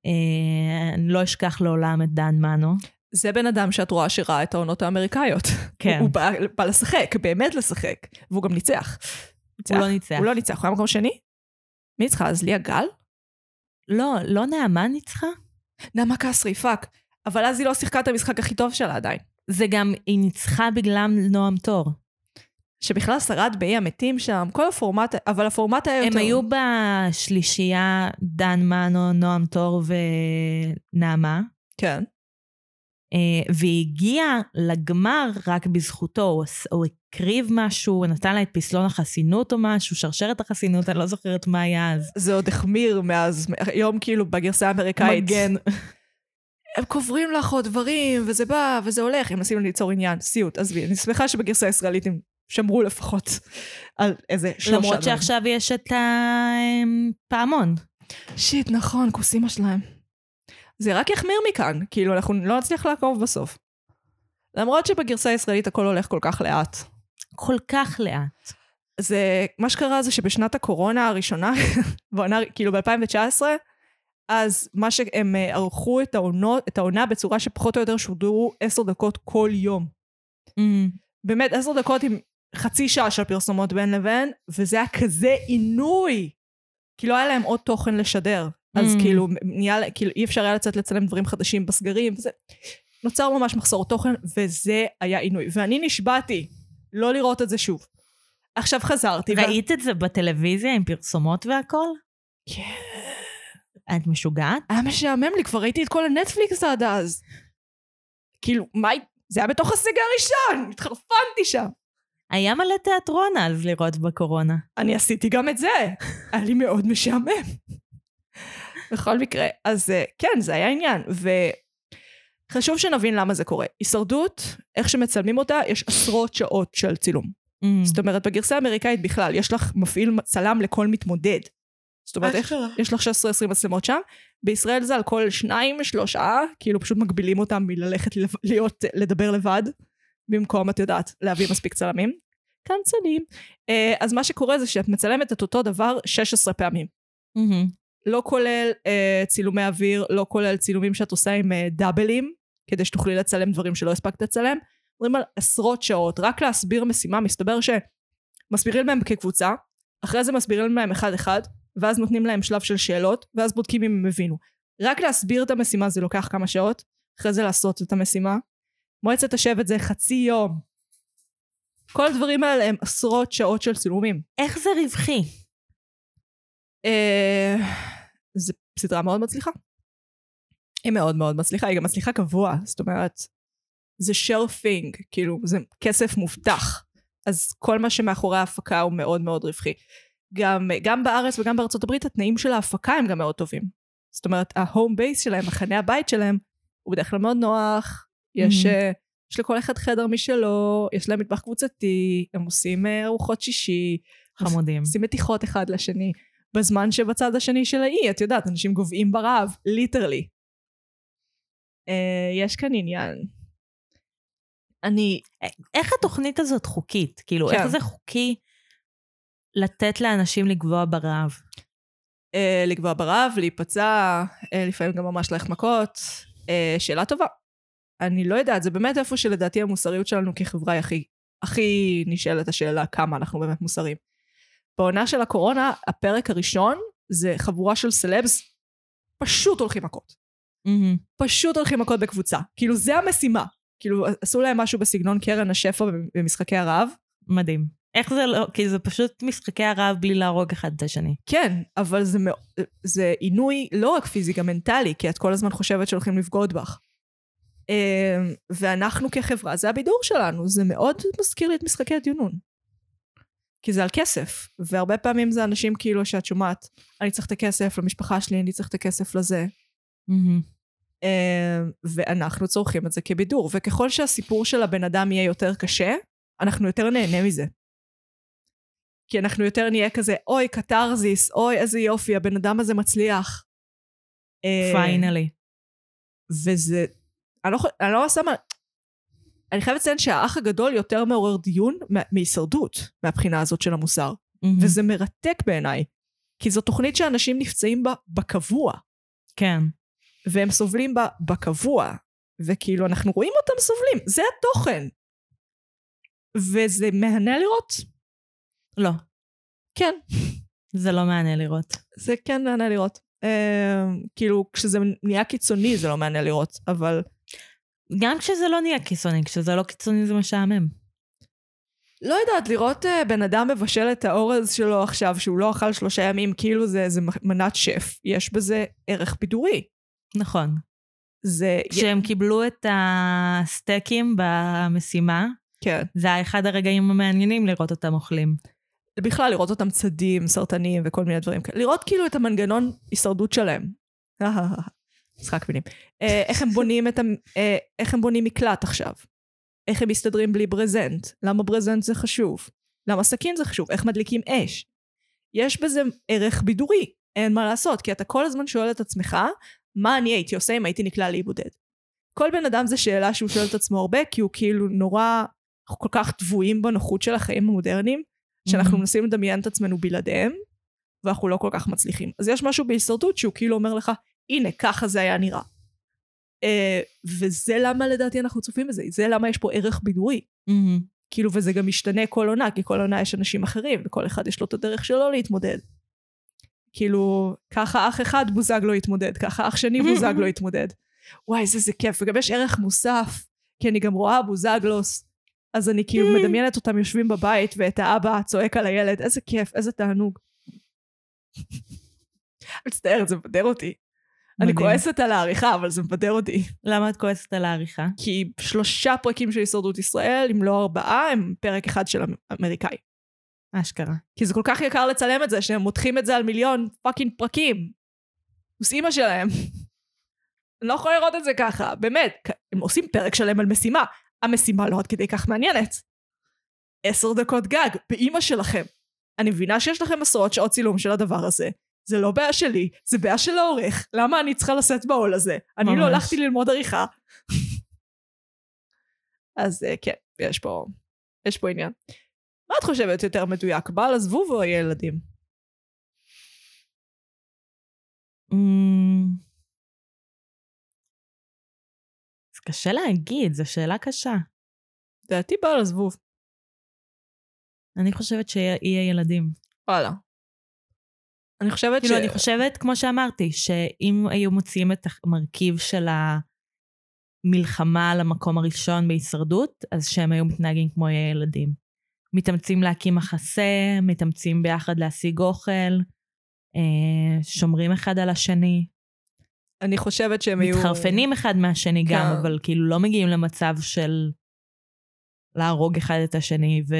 אה, אני לא אשכח לעולם את דן מנו.
זה בן אדם שאת רואה שראה את העונות האמריקאיות.
כן.
הוא בא, בא לשחק, באמת לשחק. והוא גם ניצח.
הוא לא ניצח.
הוא לא ניצח, הוא היה מקום שני? מי ניצחה? אז ליה גל?
לא, לא נעמה ניצחה?
נעמה קסרי, פאק. אבל אז היא לא שיחקה את המשחק הכי טוב שלה עדיין.
זה גם, היא ניצחה בגללם נועם תור.
שבכלל שרד באי המתים שם, כל הפורמט, אבל הפורמט היה יותר...
הם היו בשלישייה דן מנו, נועם תור ונעמה,
כן.
אה, והיא הגיעה לגמר רק בזכותו. הוא, עש- הוא הקריב משהו, הוא נתן לה את פסלון החסינות או משהו, שרשרת החסינות, אני לא זוכרת מה היה אז.
זה עוד החמיר מאז, היום כאילו בגרסה האמריקאית.
מגן.
הם קוברים לך עוד דברים, וזה בא, וזה הולך, הם מנסים ליצור עניין, סיוט, עזבי, אני שמחה שבגרסה הישראלית הם שמרו לפחות על איזה שלושה דברים.
למרות שעכשיו יש את אמ, הפעמון.
שיט, נכון, כוסימה שלהם. זה רק יחמיר מכאן, כאילו, אנחנו לא נצליח לעקוב בסוף. למרות שבגרסה הישראלית הכל הולך כל כך לאט.
כל כך לאט.
זה, מה שקרה זה שבשנת הקורונה הראשונה, בעונה, כאילו ב-2019, אז מה שהם אה, ערכו את, העונות, את העונה בצורה שפחות או יותר שודרו עשר דקות כל יום. Mm, באמת עשר דקות עם חצי שעה של פרסומות בין לבין, וזה היה כזה עינוי. כי לא היה להם עוד תוכן לשדר. אז
Mm.
כאילו, נהיה, כאילו אי אפשר היה לצאת לצלם דברים חדשים בסגרים, וזה... נוצר ממש מחסור תוכן, וזה היה עינוי. ואני נשבעתי לא לראות את זה שוב. עכשיו חזרתי. וה-
ראית את זה בטלוויזיה עם פרסומות והכל?
כן.
את משוגעת?
היה משעמם לי, כבר ראיתי את כל הנטפליקס עד אז. כאילו, מה... זה היה בתוך הסגר הראשון! התחרפנתי שם.
היה מלא תיאטרון אז לראות בקורונה.
אני עשיתי גם את זה. היה לי מאוד משעמם. בכל מקרה, אז אה, כן, זה היה עניין. וחשוב שנבין למה זה קורה. הישרדות, איך שמצלמים אותה, יש עשרות שעות של צילום.
Mm,
זאת אומרת, בגרסה האמריקאית בכלל, יש לך מפעיל צלם לכל מתמודד. זאת אומרת, איך- יש לך 16-20 מצלמות שם. בישראל זה על כל שניים, שלושה, כאילו פשוט מגבילים אותם מללכת לב- להיות, לדבר לבד, במקום, את יודעת, להביא מספיק צלמים. כאן צלמים. אה, אז מה שקורה זה שאת מצלמת את אותו דבר 16 פעמים.
מהמם.
לא כולל אה, צילומי אוויר, לא כולל צילומים שאת עושה עם אה, דאבלים, כדי שתוכלי לצלם דברים שלא הספקת לצלם. מדברים על עשרות שעות, רק להסביר משימה, מסתבר שמסבירים להם כקבוצה, אחרי זה מסבירים להם אחד-אחד, ואז נותנים להם שלב של שאלות, ואז בודקים אם הם הבינו. רק להסביר את המשימה זה לוקח כמה שעות, אחרי זה לעשות את המשימה. מועצת השבט זה חצי יום. כל הדברים האלה הם עשרות שעות של צילומים.
איך זה רווחי?
אה, זו סדרה מאוד מצליחה. היא מאוד מאוד מצליחה, היא גם מצליחה קבוע, זאת אומרת, זה שרפינג, כאילו, זה כסף מובטח. אז כל מה שמאחורי ההפקה הוא מאוד מאוד רווחי. גם, גם בארץ וגם בארצות הברית התנאים של ההפקה הם גם מאוד טובים. זאת אומרת, ההום בייס שלהם, מחנה הבית שלהם, הוא בדרך כלל מאוד נוח, יש,
מהמם.
אה, יש לכל אחד חדר משלו, יש להם מטבח קבוצתי, הם עושים אה, ארוחות שישי,
חמודים.
עושים מתיחות אחד לשני, בזמן שבצד השני של האי, את יודעת, אנשים גוועים ברעב, ליטרלי. אה, יש כאן עניין. אני...
איך התוכנית הזאת חוקית? כאילו,
כן.
איך זה חוקי לתת לאנשים לגבוה ברעב?
אה, לגבוע ברעב, להיפצע, אה, לפעמים גם ממש להלך מכות. אה, שאלה טובה. אני לא יודעת, זה באמת איפה שלדעתי המוסריות שלנו כחברה היא הכי, הכי נשאלת השאלה כמה אנחנו באמת מוסריים. בעונה של הקורונה, הפרק הראשון זה חבורה של סלבס פשוט הולכים מכות.
מהמם.
פשוט הולכים מכות בקבוצה. כאילו, זה המשימה. כאילו, עשו להם משהו בסגנון קרן השפע במשחקי הרעב,
מדהים. איך זה לא, כי זה פשוט משחקי הרעב בלי להרוג אחד את השני.
כן, אבל זה, מאו- זה עינוי לא רק פיזי, גם מנטלי, כי את כל הזמן חושבת שהולכים לבגוד בך. אמ, ואנחנו כחברה, זה הבידור שלנו, זה מאוד מזכיר לי את משחקי הדיונון. כי זה על כסף, והרבה פעמים זה אנשים כאילו שאת שומעת, אני צריך את הכסף למשפחה שלי, אני צריך את הכסף לזה. אה.
Mm-hmm.
אמ, ואנחנו צורכים את זה כבידור. וככל שהסיפור של הבן אדם יהיה יותר קשה, אנחנו יותר נהנה מזה. כי אנחנו יותר נהיה כזה, אוי, קתרזיס, אוי, איזה יופי, הבן אדם הזה מצליח. אמ,
פיינלי.
וזה... אני לא, חו- אני לא שמה... אני חייבת לציין שהאח הגדול יותר מעורר דיון מה- מהישרדות, מהבחינה הזאת של המוסר.
Mm-hmm.
וזה מרתק בעיניי. כי זו תוכנית שאנשים נפצעים בה בקבוע.
כן.
והם סובלים בה בקבוע, וכאילו אנחנו רואים אותם סובלים, זה התוכן. וזה מהנה לראות.
לא,
כן,
זה לא מענה לראות.
זה כן מהנה לראות. אה, כאילו, כשזה נהיה קיצוני זה לא מהנה לראות, אבל
גם כשזה לא נהיה קיצוני, כשזה לא קיצוני זה משעמם.
לא יודעת, לראות אה, בן אדם מבשל את האורז שלו עכשיו, שהוא לא אכל שלושה ימים, כאילו זה, זה מנת שף, יש בזה ערך בידורי.
נכון.
זה...
כשהם קיבלו את הסטייקים במשימה,
כן.
זה היה אחד הרגעים המעניינים לראות אותם אוכלים.
בכלל, לראות אותם צדים, סרטנים וכל מיני דברים כאלה. לראות כאילו את המנגנון הישרדות שלהם. אה, משחק מילים. אה, איך הם בונים את ה... אה, איך הם בונים מקלט עכשיו? איך הם מסתדרים בלי ברזנט? למה ברזנט זה חשוב? למה סכין זה חשוב? איך מדליקים אש? יש בזה ערך בידורי, אין מה לעשות, כי אתה כל הזמן שואל את עצמך, מה אני הייתי עושה אם הייתי נקלע לאי בודד? כל בן אדם זו שאלה שהוא שואל את עצמו הרבה, כי הוא כאילו נורא, אנחנו כל כך טבועים בנוחות של החיים המודרניים, שאנחנו
Mhm.
מנסים לדמיין את עצמנו בלעדיהם, ואנחנו לא כל כך מצליחים. אז יש משהו בהישרדות שהוא כאילו אומר לך, הנה, ככה זה היה נראה. אה, וזה למה לדעתי אנחנו צופים בזה, זה למה יש פה ערך בידורי.
מהמם.
כאילו, וזה גם משתנה כל עונה, כי כל עונה יש אנשים אחרים, וכל אחד יש לו את הדרך שלו להתמודד. כאילו, ככה אח אחד בוזגלו התמודד, ככה אח שני בוזגלו התמודד. וואי, איזה זה כיף, וגם יש ערך מוסף, כי אני גם רואה בוזגלוס, אז אני כאילו מדמיינת אותם יושבים בבית, ואת האבא צועק על הילד, איזה כיף, איזה תענוג. מצטערת, זה מבדר אותי. אני
מדהים.
כועסת על העריכה, אבל זה מבדר אותי.
למה את כועסת על העריכה?
כי שלושה פרקים של הישרדות ישראל, אם לא ארבעה, הם פרק אחד של אמ- אמריקאי.
אשכרה.
כי זה כל כך יקר לצלם את זה, שהם מותחים את זה על מיליון פאקינג פרקים. זו אימא שלהם. אני לא יכולה לראות את זה ככה, באמת. כ- הם עושים פרק שלם על משימה. המשימה לא עד כדי כך מעניינת. עשר דקות גג, באימא שלכם. אני מבינה שיש לכם עשרות שעות צילום של הדבר הזה. זה לא בעיה שלי, זה בעיה של העורך. למה אני צריכה לשאת בעול הזה? אני לא
ממש.
הלכתי ללמוד עריכה. אז אה, כן, יש פה, יש פה עניין. מה את חושבת יותר מדויק, בעל הזבוב או הילדים?
אמ, זה קשה להגיד, זו שאלה קשה.
לדעתי בעל הזבוב.
אני חושבת שיהיה ילדים.
וואלה. אני חושבת
כאילו, אני חושבת, כמו שאמרתי, שאם היו מוציאים את המרכיב של המלחמה על המקום הראשון בהישרדות, אז שהם היו מתנהגים כמו ילדים. מתאמצים להקים מחסה, מתאמצים ביחד להשיג אוכל, אה, שומרים אחד על השני,
אני חושבת שהם היו...
מתחרפנים אחד מהשני
כן.
גם, אבל כאילו לא מגיעים למצב של להרוג אחד את השני, ו...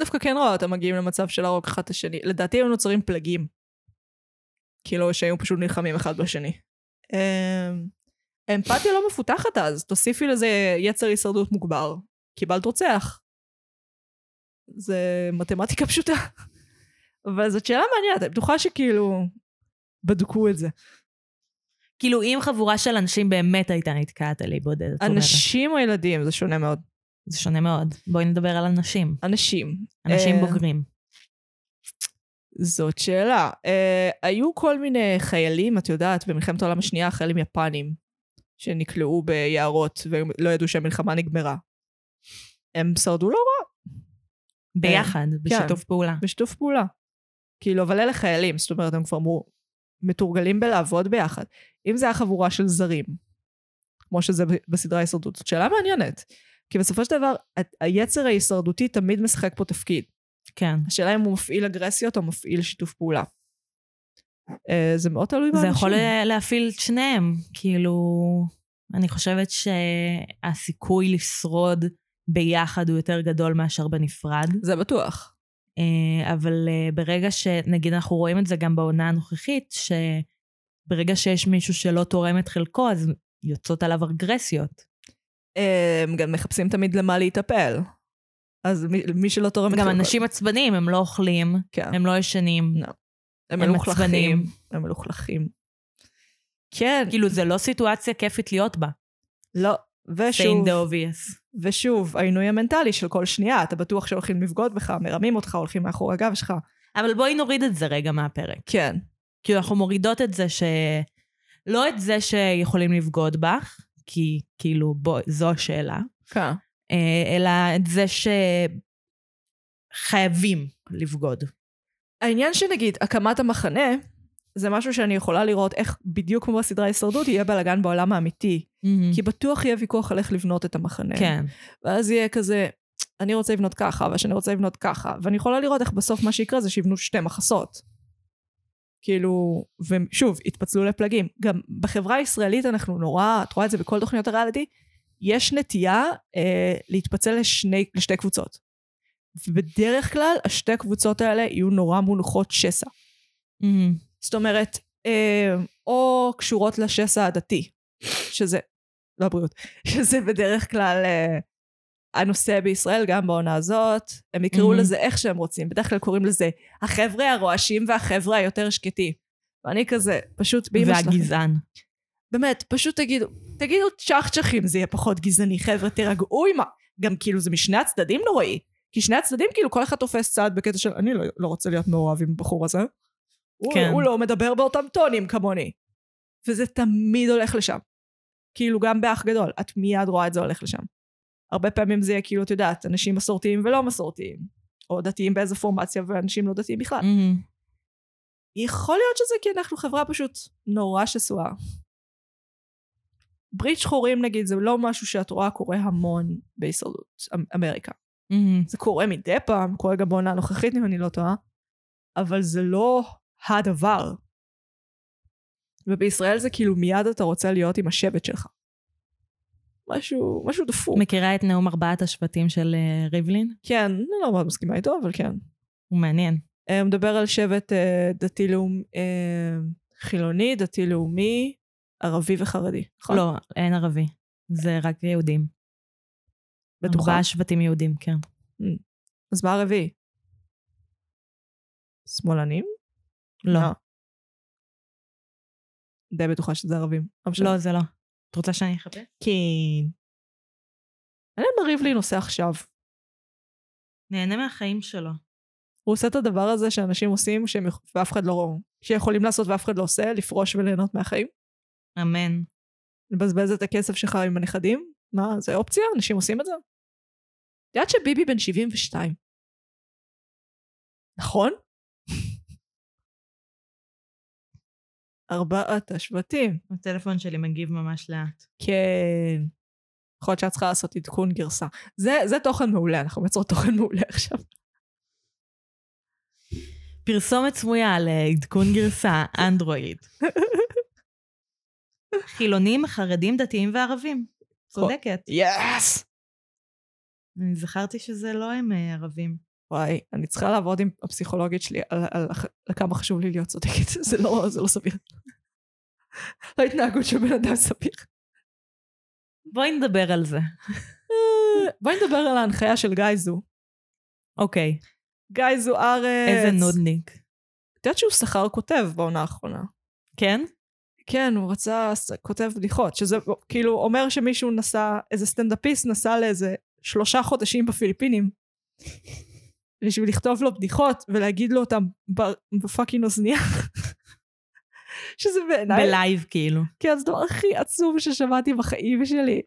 דווקא כן רואה אותם מגיעים למצב של להרוג אחד את השני. לדעתי הם נוצרים פלגים. כאילו שהיו פשוט נלחמים אחד בשני. אמ, אמפתיה לא מפותחת אז, תוסיפי לזה יצר הישרדות מוגבר. קיבלת רוצח. זה מתמטיקה פשוטה. אבל זאת שאלה מעניינת, אני בטוחה שכאילו בדקו את זה.
כאילו, אם חבורה של אנשים באמת הייתה נתקעת על איבוד, זאת אומרת,
אנשים או ילדים, זה שונה מאוד.
זה שונה מאוד. בואי נדבר על אנשים.
אנשים.
אנשים
אה,
בוגרים.
זאת שאלה. אה, היו כל מיני חיילים, את יודעת, במלחמת העולם השנייה, חיילים יפנים, שנכלאו ביערות ולא ידעו שהמלחמה נגמרה. הם שרדו לא רע,
ביחד, בשיתוף פעולה.
בשיתוף פעולה. כאילו, אבל אלה חיילים, זאת אומרת, הם כבר מו- מתורגלים בלעבוד ביחד. אם זה היה חבורה של זרים, כמו שזה ב- בסדרה הישרדות, זאת שאלה מעניינת. כי בסופו של דבר, ה- היצר ההישרדותי תמיד משחק פה תפקיד.
כן.
השאלה אם הוא מפעיל אגרסיות או מפעיל שיתוף פעולה. אה, זה מאוד תלוי
זה
באנשים.
יכול לה- להפעיל את שניהם. כאילו, אני חושבת שהסיכוי לשרוד ביחד הוא יותר גדול מאשר בנפרד.
זה בטוח.
אה, אבל אה, ברגע שנגיד אנחנו רואים את זה גם בעונה הנוכחית, שברגע שיש מישהו שלא תורם את חלקו, אז יוצאות עליו אגרסיות.
אה, הם גם מחפשים תמיד למה להיטפל. אז מי, מי שלא תורם... את
גם
חלקו-
אנשים עצבניים, הם לא אוכלים,
כן.
הם לא ישנים,
לא. הם
הם
מלוכלכים.
עצבניים.
הם מלוכלכים. כן,
כאילו זה לא סיטואציה כיפית להיות בה.
לא. ושוב,
Saying the obvious.
ושוב, העינוי המנטלי של כל שנייה, אתה בטוח שהולכים לבגוד בך, מרמים אותך, הולכים מאחורי הגב שלך.
אבל בואי נוריד את זה רגע מהפרק.
כן.
כאילו אנחנו מורידות את זה ש... לא את זה שיכולים לבגוד בך, כי כאילו בוא, זו השאלה,
כן.
אה, אלא את זה שחייבים לבגוד.
העניין שנגיד, הקמת המחנה, זה משהו שאני יכולה לראות איך בדיוק כמו בסדרה הישרדות, יהיה בלאגן בעולם האמיתי. כי בטוח יהיה ויכוח על איך לבנות את המחנה.
Mm. כן,
ואז יהיה כזה, אני רוצה לבנות ככה, והשני רוצה לבנות ככה. ואני יכולה לראות איך בסוף מה שיקרה זה שיבנו שתי מחסות. כאילו, ושוב, התפצלו לפלגים. גם בחברה הישראלית אנחנו נורא, את רואה את זה בכל תוכניות הריאליטי, יש נטייה אה, להתפצל לשני, לשתי קבוצות. ובדרך כלל, השתי קבוצות האלה יהיו נורא מונחות שסע.
מהמם.
זאת אומרת, אה, או קשורות לשסע הדתי, שזה, לא הבריאות, שזה בדרך כלל אה, הנושא בישראל, גם בעונה הזאת, הם יקראו
מהמם.
לזה איך שהם רוצים, בדרך כלל קוראים לזה החבר'ה הרועשים והחבר'ה היותר שקטים. ואני כזה, פשוט באמא שלכם.
והגזען.
באמת, פשוט תגידו, תגידו צ'חצ'חים, זה יהיה פחות גזעני. חבר'ה, תירגעו עם ה... גם כאילו זה משני הצדדים נוראי. כי שני הצדדים, כאילו, כל אחד תופס צעד בקטע של, אני לא, לא רוצה להיות מעורב עם הבחור הזה. הוא,
כן.
הוא לא מדבר באותם טונים כמוני. וזה תמיד הולך לשם. כאילו, גם באח גדול, את מיד רואה את זה הולך לשם. הרבה פעמים זה יהיה כאילו, את יודעת, אנשים מסורתיים ולא מסורתיים. או דתיים באיזה פורמציה ואנשים לא דתיים בכלל.
מהמם.
יכול להיות שזה כי אנחנו חברה פשוט נורא שסועה. ברית שחורים נגיד זה לא משהו שאת רואה קורה המון בהישרדות אמ- אמריקה.
מהמם.
זה קורה מדי פעם, קורה גם בעונה הנוכחית אם אני לא טועה, אבל זה לא הדבר. ובישראל זה כאילו מיד אתה רוצה להיות עם השבט שלך. משהו, משהו דפוק.
מכירה את נאום ארבעת השבטים של אה, ריבלין?
כן, אני לא מאוד מסכימה איתו, אבל כן.
הוא מעניין.
אה, הוא מדבר על שבט אה, דתי-לאומי, חילוני, דתי-לאומי, ערבי וחרדי. נכון?
לא, אין ערבי. זה רק יהודים.
בטוחה.
ארבעה שבטים יהודים, כן.
אז מה הרביעי? שמאלנים?
לא.
די בטוחה שזה ערבים. לא משנה.
לא, זה לא. את רוצה שאני אחפה?
כן. אני מריב לי נושא עכשיו.
נהנה מהחיים שלו.
הוא עושה את הדבר הזה שאנשים עושים שהם, יכ- ואף אחד לא... שיכולים לעשות ואף אחד לא עושה, לפרוש וליהנות מהחיים.
אמן.
לבזבז את הכסף שלך עם הנכדים? מה, זה אופציה? אנשים עושים את זה? את יודעת שביבי בן 72. נכון? ארבעת השבטים.
הטלפון שלי מגיב ממש לאט.
כן. יכול להיות שאת צריכה לעשות עדכון גרסה. זה, זה תוכן מעולה, אנחנו מייצרות תוכן מעולה עכשיו.
פרסומת סמויה לעדכון גרסה, אנדרואיד. חילונים, חרדים, דתיים וערבים. צודקת.
יס!
אני זכרתי שזה לא הם אה, ערבים.
וואי, אני צריכה לעבוד עם הפסיכולוגית שלי על, על, על, על כמה חשוב לי להיות צודקת. זה לא, זה לא סביר. ההתנהגות של בן אדם סביר.
בואי נדבר על זה.
אה, בואי נדבר על ההנחיה של גייזו.
אוקיי,
גייזו ארץ.
איזה נודניק.
את יודעת שהוא שכר כותב בעונה האחרונה.
כן?
כן, הוא רצה ס- כותב בדיחות, שזה כאילו אומר שמישהו נסע, איזה סטנדאפיסט נסע לאיזה שלושה חודשים בפיליפינים. בשביל לכתוב לו בדיחות ולהגיד לו אותם ב- בפאקינג אוזנייה. שזה בעיניי...
בלייב כאילו.
כן, זה הדבר הכי עצוב ששמעתי בחיים שלי.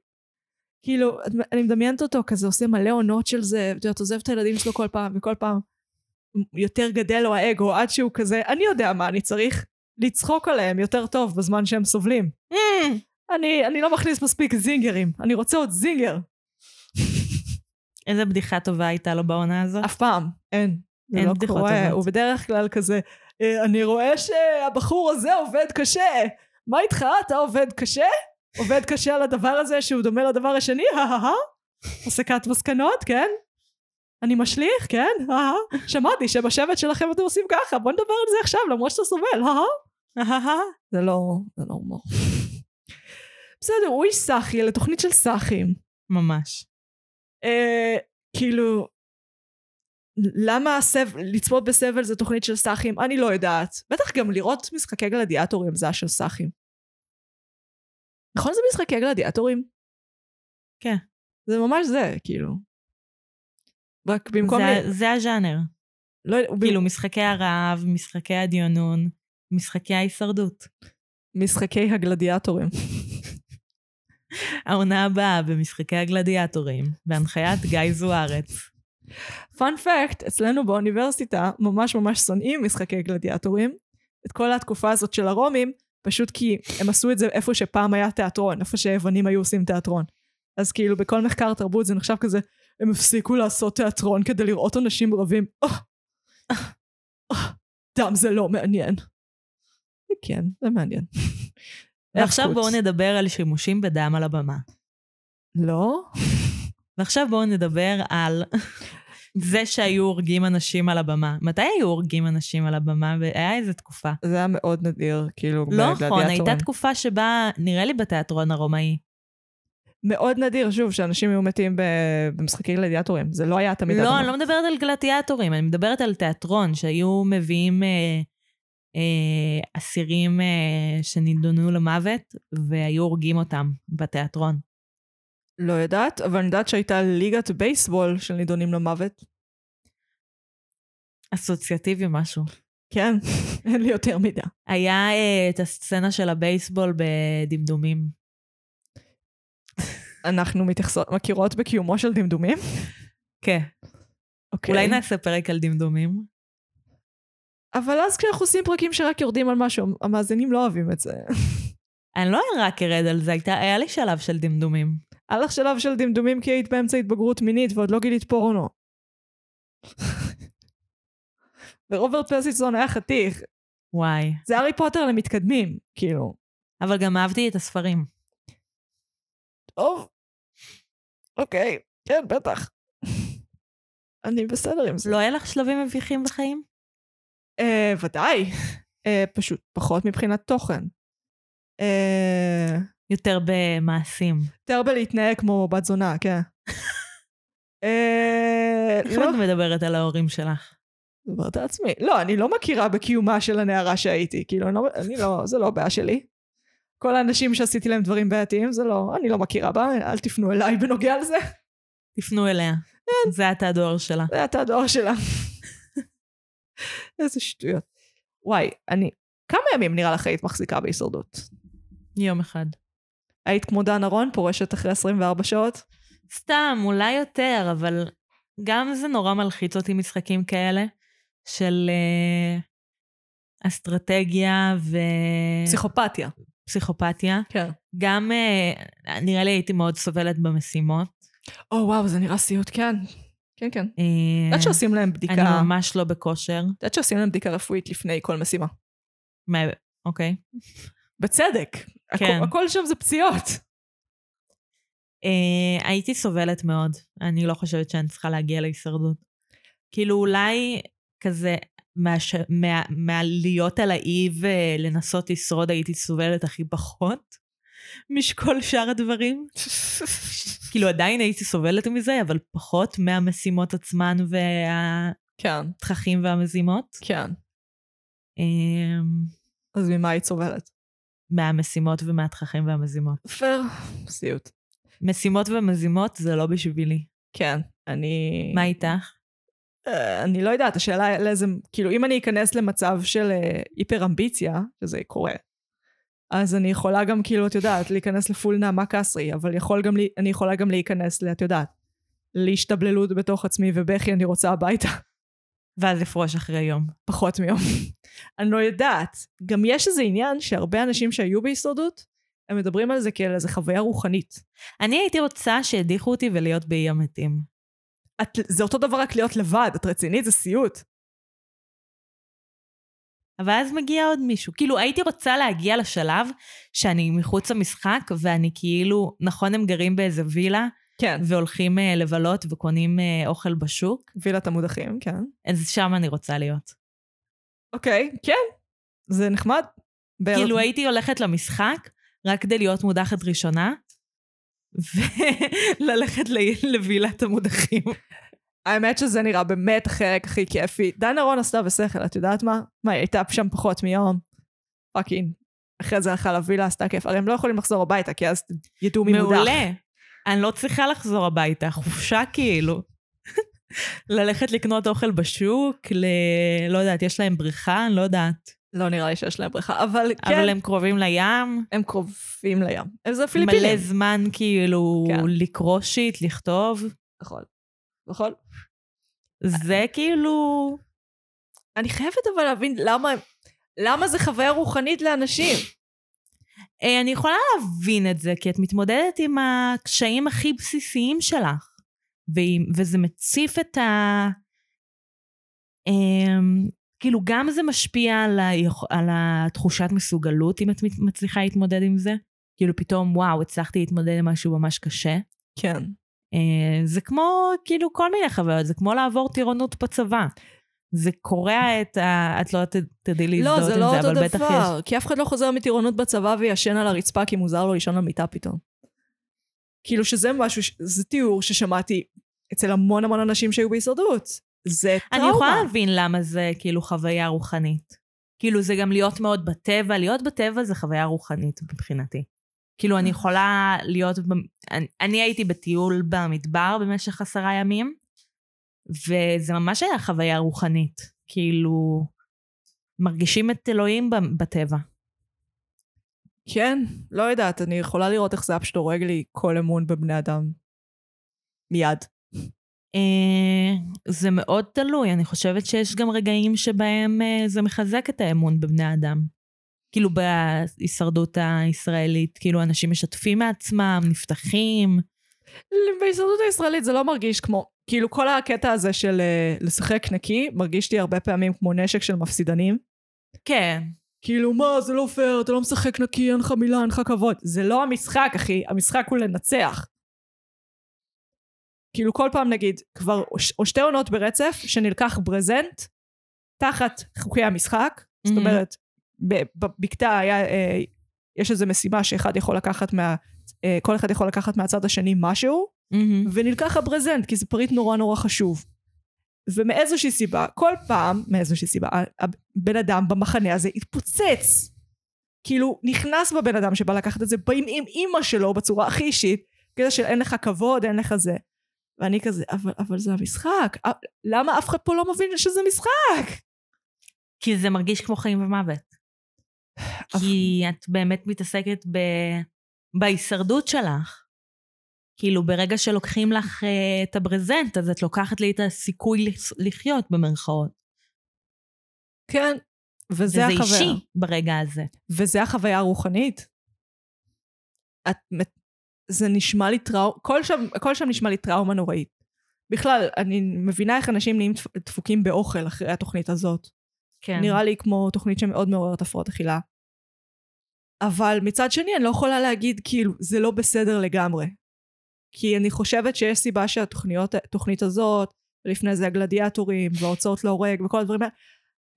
כאילו, את- אני מדמיינת אותו כזה עושה מלא עונות של זה, ואת יודעת, עוזב את הילדים שלו כל פעם, וכל פעם יותר גדל לו האגו, עד שהוא כזה, אני יודע מה אני צריך, לצחוק עליהם יותר טוב בזמן
אה.
שהם סובלים. אני, אני לא מכניס מספיק זינגרים, אני רוצה עוד זינגר.
איזה בדיחה טובה הייתה לו בעונה הזאת.
אף פעם, אין. זה
אין
לא
בדיחות
קורה,
טובות.
הוא בדרך כלל כזה, "אה, אני רואה שהבחור הזה עובד קשה, מה איתך, אתה עובד קשה? עובד קשה על הדבר הזה שהוא דומה לדבר השני, אהה, הסקת מסקנות, כן? אני משליך, כן? אהה, שמעתי שבשבט שלכם אתם עושים ככה, בוא נדבר על זה עכשיו, למרות שאתה סובל, אהה,
אה,
אהה. זה לא, זה לא הומור. בסדר, הוא איש סאחי, לתוכנית של סאחים.
ממש.
אה, כאילו, למה הסב... לצפות בסבל זה תוכנית של סאחים? אני לא יודעת. בטח גם לראות משחקי גלדיאטורים זה של סאחים. נכון זה משחקי גלדיאטורים?
כן.
זה ממש זה, כאילו. רק במקום...
זה,
ל-
ה- זה הז'אנר.
לא, יודע, ב-
כאילו, משחקי הרעב, משחקי הדיונון, משחקי ההישרדות.
משחקי הגלדיאטורים.
העונה הבאה במשחקי הגלדיאטורים, בהנחיית גיא זוארץ.
פאנ פקט, אצלנו באוניברסיטה ממש ממש שונאים משחקי גלדיאטורים. את כל התקופה הזאת של הרומים, פשוט כי הם עשו את זה איפה שפעם היה תיאטרון, איפה שהיוונים היו עושים תיאטרון. אז כאילו בכל מחקר תרבות זה נחשב כזה, הם הפסיקו לעשות תיאטרון כדי לראות אנשים רבים. "אה, אה, דם זה לא מעניין. זה כן, זה מעניין.
ועכשיו
איך
בואו
קוץ?
נדבר על שימושים בדם על הבמה.
לא?
ועכשיו בואו נדבר על זה שהיו הורגים אנשים על הבמה. מתי היו הורגים אנשים על הבמה? היה איזה תקופה.
זה היה מאוד נדיר, כאילו,
לא נכון, הייתה תקופה שבה, נראה לי בתיאטרון הרומאי.
מאוד נדיר, שוב, שאנשים היו מתים ב- במשחקי גלדיאטורים. זה לא היה תמיד... הדבר.
לא, אני לא מדברת על גלטיאטורים, אני מדברת על תיאטרון, שהיו מביאים אה, אה, אסירים אה, שנידונו למוות, והיו הורגים אותם בתיאטרון.
לא יודעת, אבל אני יודעת שהייתה ליגת בייסבול של נידונים למוות.
אסוציאטיבי משהו.
כן, אין לי יותר מידע.
היה אה, את הסצנה של הבייסבול בדמדומים.
אנחנו מתייחסות, מכירות בקיומו של דמדומים?
כן.
אוקיי.
אולי נעשה פרק על דמדומים.
אבל אז כשאנחנו עושים פרקים שרק יורדים על משהו, המאזינים לא אוהבים את זה.
אני לא רק ארד על זה, הייתה, היה לי שלב של דמדומים.
היה לך שלב של דמדומים כי היית באמצע התבגרות מינית ועוד לא גילית פורנו. ורוברט פרסיסון היה חתיך.
וואי.
זה הארי פוטר למתקדמים, כאילו.
אבל גם אהבתי את הספרים.
טוב. אוקיי, כן, בטח. אני בסדר עם זה.
לא היה לך שלבים מביכים בחיים?
אה, ודאי. אה, פשוט פחות מבחינת תוכן. אה,
יותר במעשים.
יותר בלהתנהג כמו בת זונה, כן. אה,
איך
לא,
את מדברת על ההורים שלך?
דברת על עצמי. לא, אני לא מכירה בקיומה של הנערה שהייתי. כאילו, אני לא, אני לא, זה לא הבעיה שלי. כל האנשים שעשיתי להם דברים בעייתיים, זה לא, אני לא מכירה בה, אל תפנו אליי בנוגע לזה.
תפנו אליה. זה את הדואר שלה.
זה אתה הדואר שלה. איזה שטויות. וואי, אני... כמה ימים נראה לך היית מחזיקה בהישרדות?
יום אחד.
היית כמו דן ארון, פורשת אחרי 24 שעות?
אה. סתם, אולי יותר, אבל גם זה נורא מלחיץ אותי משחקים כאלה של אה, אסטרטגיה
פסיכופתיה.
ופסיכופתיה.
כן.
גם אה, נראה לי הייתי מאוד סובלת במשימות.
או וואו, זה נראה סיוט, כן. כן, כן. את
אה,
יודעת שעושים להם בדיקה...
אני
את
ממש לא בכושר.
יודעת שעושים להם בדיקה רפואית לפני כל משימה.
מה, אוקיי.
בצדק. הכ-
כן.
הכל שם זה פציעות.
אה, הייתי סובלת מאוד. אני לא חושבת שאני צריכה להגיע להישרדות. כאילו אולי כזה, מהש... מה... מהלהיות על האי ולנסות לשרוד הייתי סובלת הכי פחות משכל שאר הדברים. כאילו עדיין הייתי סובלת מזה, אבל פחות מהמשימות עצמן והתככים
כן,
והמזימות.
כן.
אה,
אז ממה היית סובלת?
מהמשימות ומהתככים והמזימות.
פייר. סיוט.
משימות ומזימות זה לא בשבילי.
כן, אני...
מה איתך?
אה, אני לא יודעת, השאלה היא לאיזה... כאילו, אם אני אכנס למצב של אה, היפר-אמביציה, שזה קורה, אז אני יכולה גם, כאילו, את יודעת, להיכנס לפול נעמה קסרי, אבל יכול גם לי, אני יכולה גם להיכנס, ל- את יודעת, להשתבללות בתוך עצמי ובכי, אני רוצה הביתה.
ואז אפרוש אחרי יום.
פחות מיום. אני לא יודעת. גם יש איזה עניין שהרבה אנשים שהיו בהישרדות, הם מדברים על זה כאל איזה חוויה רוחנית.
אני הייתי רוצה שידיחו אותי ולהיות באי המתים.
את, זה אותו דבר רק להיות לבד, את רצינית? זה סיוט.
אבל אז מגיע עוד מישהו. כאילו, הייתי רוצה להגיע לשלב שאני מחוץ למשחק, ואני כאילו, נכון, הם גרים באיזה וילה,
כן.
והולכים אה, לבלות וקונים אה, אוכל בשוק,
וילת המודחים, כן.
אז שם אני רוצה להיות.
אוקיי, כן. זה נחמד. באר-
כאילו, הייתי הולכת למשחק רק כדי להיות מודחת ראשונה, וללכת ל- לווילת המודחים.
האמת שזה נראה באמת החלק הכי כיפי. דנה רון עשתה בשכל, את יודעת מה? מה, היא הייתה שם פחות מיום? פאקינג. אחרי זה הלכה לווילה, עשתה כיף. הרי הם לא יכולים לחזור הביתה, כי אז ידעו מי מודח.
מעולה. אני לא צריכה לחזור הביתה, חופשה כאילו. ללכת לקנות אוכל בשוק, ל... לא יודעת, יש להם בריכה, אני לא יודעת.
לא נראה לי שיש להם בריכה, אבל כן,
אבל
הם...
הם קרובים לים,
הם קרובים לים. הם זה
מלא
פיליפינים.
זמן כאילו
כן.
לקרוא שיט, לכתוב.
נכון. נכון. אה.
זה כאילו...
אני חייבת אבל להבין למה הם... למה זה חוויה רוחנית לאנשים?
אה, אני יכולה להבין את זה, כי את מתמודדת עם הקשיים הכי בסיסיים שלך, ועם, וזה מציף את ה... אמ, כאילו, גם זה משפיע על, היכ... על התחושת מסוגלות, אם את מת- מצליחה להתמודד עם זה. כאילו, פתאום, וואו, הצלחתי להתמודד עם משהו ממש קשה.
כן.
אה, זה כמו, כאילו, כל מיני חוויות, זה כמו לעבור טירונות בצבא. זה קורע את ה... את לא ת- תדעי להזדהות
לא,
עם
זה
זה,
לא אותו
אבל בטח יש...
דבר, כי אף אחד לא חוזר מטירונות בצבא וישן על הרצפה כי מוזר לו לישון על מיטה פתאום. כאילו שזה משהו, ש- זה תיאור ששמעתי אצל המון המון אנשים שהיו בהישרדות. זה טראומה.
אני יכולה להבין למה זה כאילו חוויה רוחנית. כאילו, זה גם להיות מאוד בטבע, להיות בטבע זה חוויה רוחנית מבחינתי. כאילו, אני יכולה להיות... ב- אני, אני הייתי בטיול במדבר במשך עשרה ימים, וזה ממש היה חוויה רוחנית. כאילו, מרגישים את אלוהים ב- בטבע.
כן, לא יודעת, אני יכולה לראות איך זה פשוט הורג לי כל אמון בבני אדם. מיד.
אה, זה מאוד תלוי, אני חושבת שיש גם רגעים שבהם אה, זה מחזק את האמון בבני אדם. כאילו בהישרדות הישראלית, כאילו אנשים משתפים מעצמם, נפתחים.
בהישרדות הישראלית זה לא מרגיש כמו, כאילו כל הקטע הזה של אה, לשחק נקי, מרגיש לי הרבה פעמים כמו נשק של מפסידנים.
כן.
כאילו, מה, זה לא פייר, אתה לא משחק נקי, אין לך מילה, אין לך כבוד. זה לא המשחק, אחי, המשחק הוא לנצח. כאילו, כל פעם נגיד, כבר ש- או שתי עונות ברצף, שנלקח ברזנט, תחת חוקי המשחק, זאת
מהמם.
אומרת, ב- בבקתה היה, אה, יש איזו משימה שאחד יכול לקחת מה... אה, כל אחד יכול לקחת מהצד השני משהו, ונלקח הברזנט, כי זה פריט נורא נורא חשוב. ומאיזושהי סיבה, כל פעם, מאיזושהי סיבה, ה- הבן אדם במחנה הזה התפוצץ. כאילו, נכנס בבן אדם שבא לקחת את זה, באים עם אימא שלו בצורה הכי אישית, כזה של אין לך כבוד, אין לך זה. ואני כזה, אבל, אבל זה המשחק. א- למה אף אחד פה לא מבין שזה משחק?
כי זה מרגיש כמו חיים ומוות. כי את באמת מתעסקת ב... בהישרדות שלך. כאילו, ברגע שלוקחים לך אה, את הברזנט, אז את לוקחת לי את הסיכוי לח- לחיות, במרכאות.
כן. וזה
וזה
החוויה.
אישי ברגע הזה.
וזה החוויה הרוחנית. את, מת- זה נשמע לי טראומה, הכל שם, הכל שם נשמע לי טראומה נוראית. בכלל, אני מבינה איך אנשים נהיים דפ- דפוקים באוכל אחרי התוכנית הזאת.
כן.
נראה לי כמו תוכנית שמאוד מעוררת הפרעות אכילה. אבל מצד שני, אני לא יכולה להגיד, כאילו, זה לא בסדר לגמרי. כי אני חושבת שיש סיבה שהתוכנית הזאת, ולפני זה הגלדיאטורים, וההוצאות להורג, וכל הדברים האלה,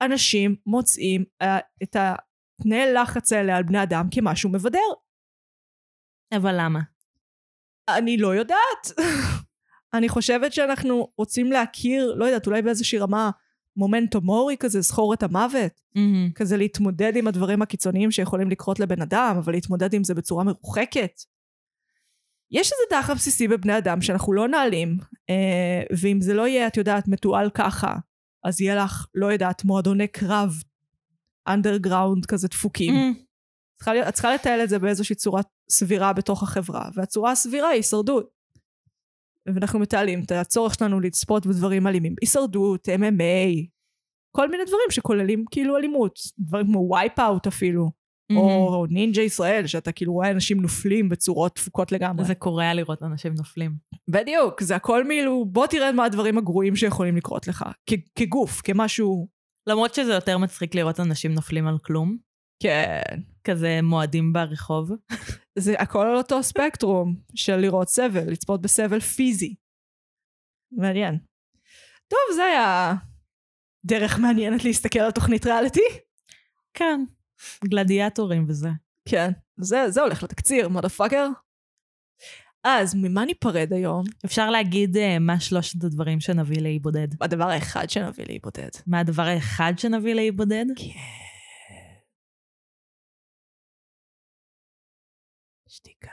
אנשים מוצאים אה, את התנאי לחץ האלה על בני אדם כמשהו מבדר.
אבל למה?
אני לא יודעת. אני חושבת שאנחנו רוצים להכיר, לא יודעת, אולי באיזושהי רמה מומנטו מורי כזה, זכור את המוות.
Mm.
כזה להתמודד עם הדברים הקיצוניים שיכולים לקרות לבן אדם, אבל להתמודד עם זה בצורה מרוחקת. יש איזה דחף בסיסי בבני אדם שאנחנו לא נעלים, אה, ואם זה לא יהיה, את יודעת, מתועל ככה, אז יהיה לך, לא יודעת, מועדוני קרב, אנדרגראונד כזה דפוקים.
Mm.
צריכה להיות- את צריכה לתעל את זה באיזושהי צורה סבירה בתוך החברה, והצורה הסבירה היא הישרדות. ואנחנו מתעלים את הצורך שלנו לצפות בדברים אלימים. הישרדות, MMA, כל מיני דברים שכוללים כאילו אלימות, דברים כמו וייפ אאוט אפילו,
Mm-hmm.
או נינג'ה ישראל, שאתה כאילו רואה אנשים נופלים בצורות דפוקות לגמרי.
זה קורע לראות אנשים נופלים.
בדיוק, זה הכל מילו, בוא תראה מה הדברים הגרועים שיכולים לקרות לך. כ- כגוף, כמשהו...
למרות שזה יותר מצחיק לראות אנשים נופלים על כלום,
כן.
כזה מועדים ברחוב.
זה הכל על אותו ספקטרום של לראות סבל, לצפות בסבל פיזי. מעניין. טוב, זה היה דרך מעניינת להסתכל על תוכנית ריאליטי.
כן, גלדיאטורים וזה.
כן. זה, זה הולך לתקציר, מודפאקר. אז ממה ניפרד היום?
אפשר להגיד אה, מה שלושת הדברים שנביא לאי בודד.
הדבר האחד שנביא לי בודד.
מה הדבר האחד שנביא לאי בודד?
כן. שתיקה.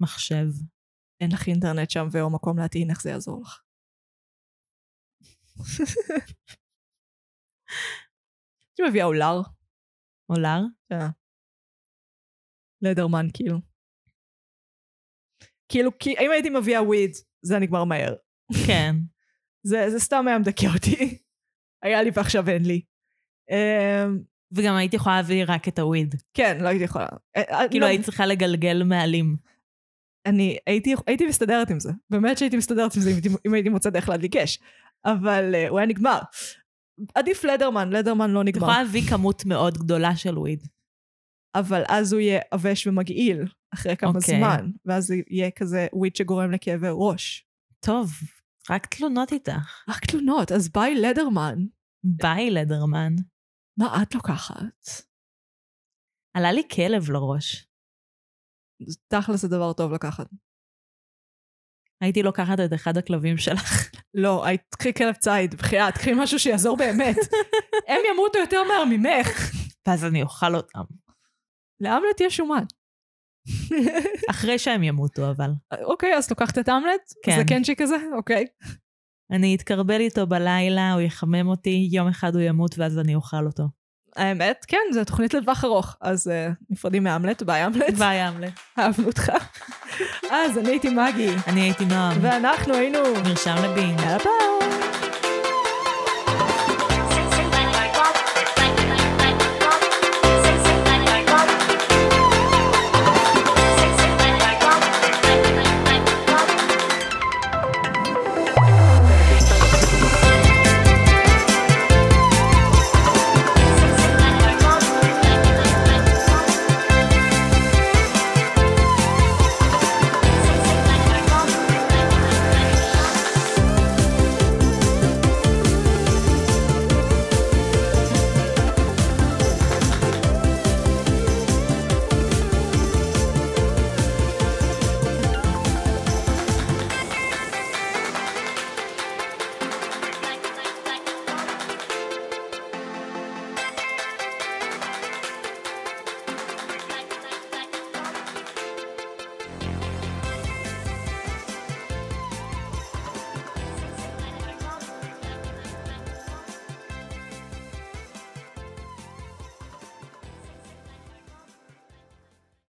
מחשב.
אין לך אינטרנט שם ואו מקום להטעין, איך זה יעזור לך? הייתי מביאה אולר,
אולר?
לדרמן כאילו. כאילו, כי אם הייתי מביאה וויד, זה היה נגמר מהר.
כן.
זה, זה סתם היה מדכא אותי. היה לי ועכשיו אין לי. אמ,
וגם הייתי יכולה להביא רק את הוויד.
כן, לא הייתי יכולה. אה, אה,
כאילו
לא,
היית צריכה לגלגל מעלים.
אני הייתי, הייתי מסתדרת עם זה. באמת שהייתי מסתדרת עם זה אם הייתי, אם הייתי מוצאת איך להדליק אש. אבל אה, הוא היה נגמר. עדיף לדרמן, לדרמן לא
את
נגמר.
יכולה להביא כמות מאוד גדולה של וויד.
אבל אז הוא יהיה עבש ומגעיל אחרי כמה okay.
אוקיי.
זמן, ואז זה יהיה כזה וויד שגורם לכאבי ראש.
טוב, רק תלונות איתך.
רק תלונות, אז ביי לדרמן,
ביי, לדרמן.
מה את לוקחת?
עלה לי כלב לראש.
זה תכל'ס זה דבר טוב לקחת.
הייתי לוקחת את אחד הכלבים שלך.
לא, היי, קחי כלב ציד, בחייאת, קחי משהו שיעזור באמת. הם ימותו יותר מהר ממך.
ואז אני אוכל אותם.
לאמלט יש שומן.
אחרי שהם ימותו, אבל.
אוקיי, אז לוקחת את אמלט?
כן.
זקנצ'י כזה? אוקיי.
אני אתקרבל איתו בלילה, הוא יחמם אותי, יום אחד הוא ימות ואז אני אוכל אותו.
האמת, כן, זו תוכנית לטווח ארוך. אז אה, נפרדים מאמלט, ביי אמלט.
ביי, אמלה.
אהבנו אותך. אז אני הייתי מגי,
אני הייתי נועם.
ואנחנו היינו...
מרשם לבינג'.
יאללה ביי!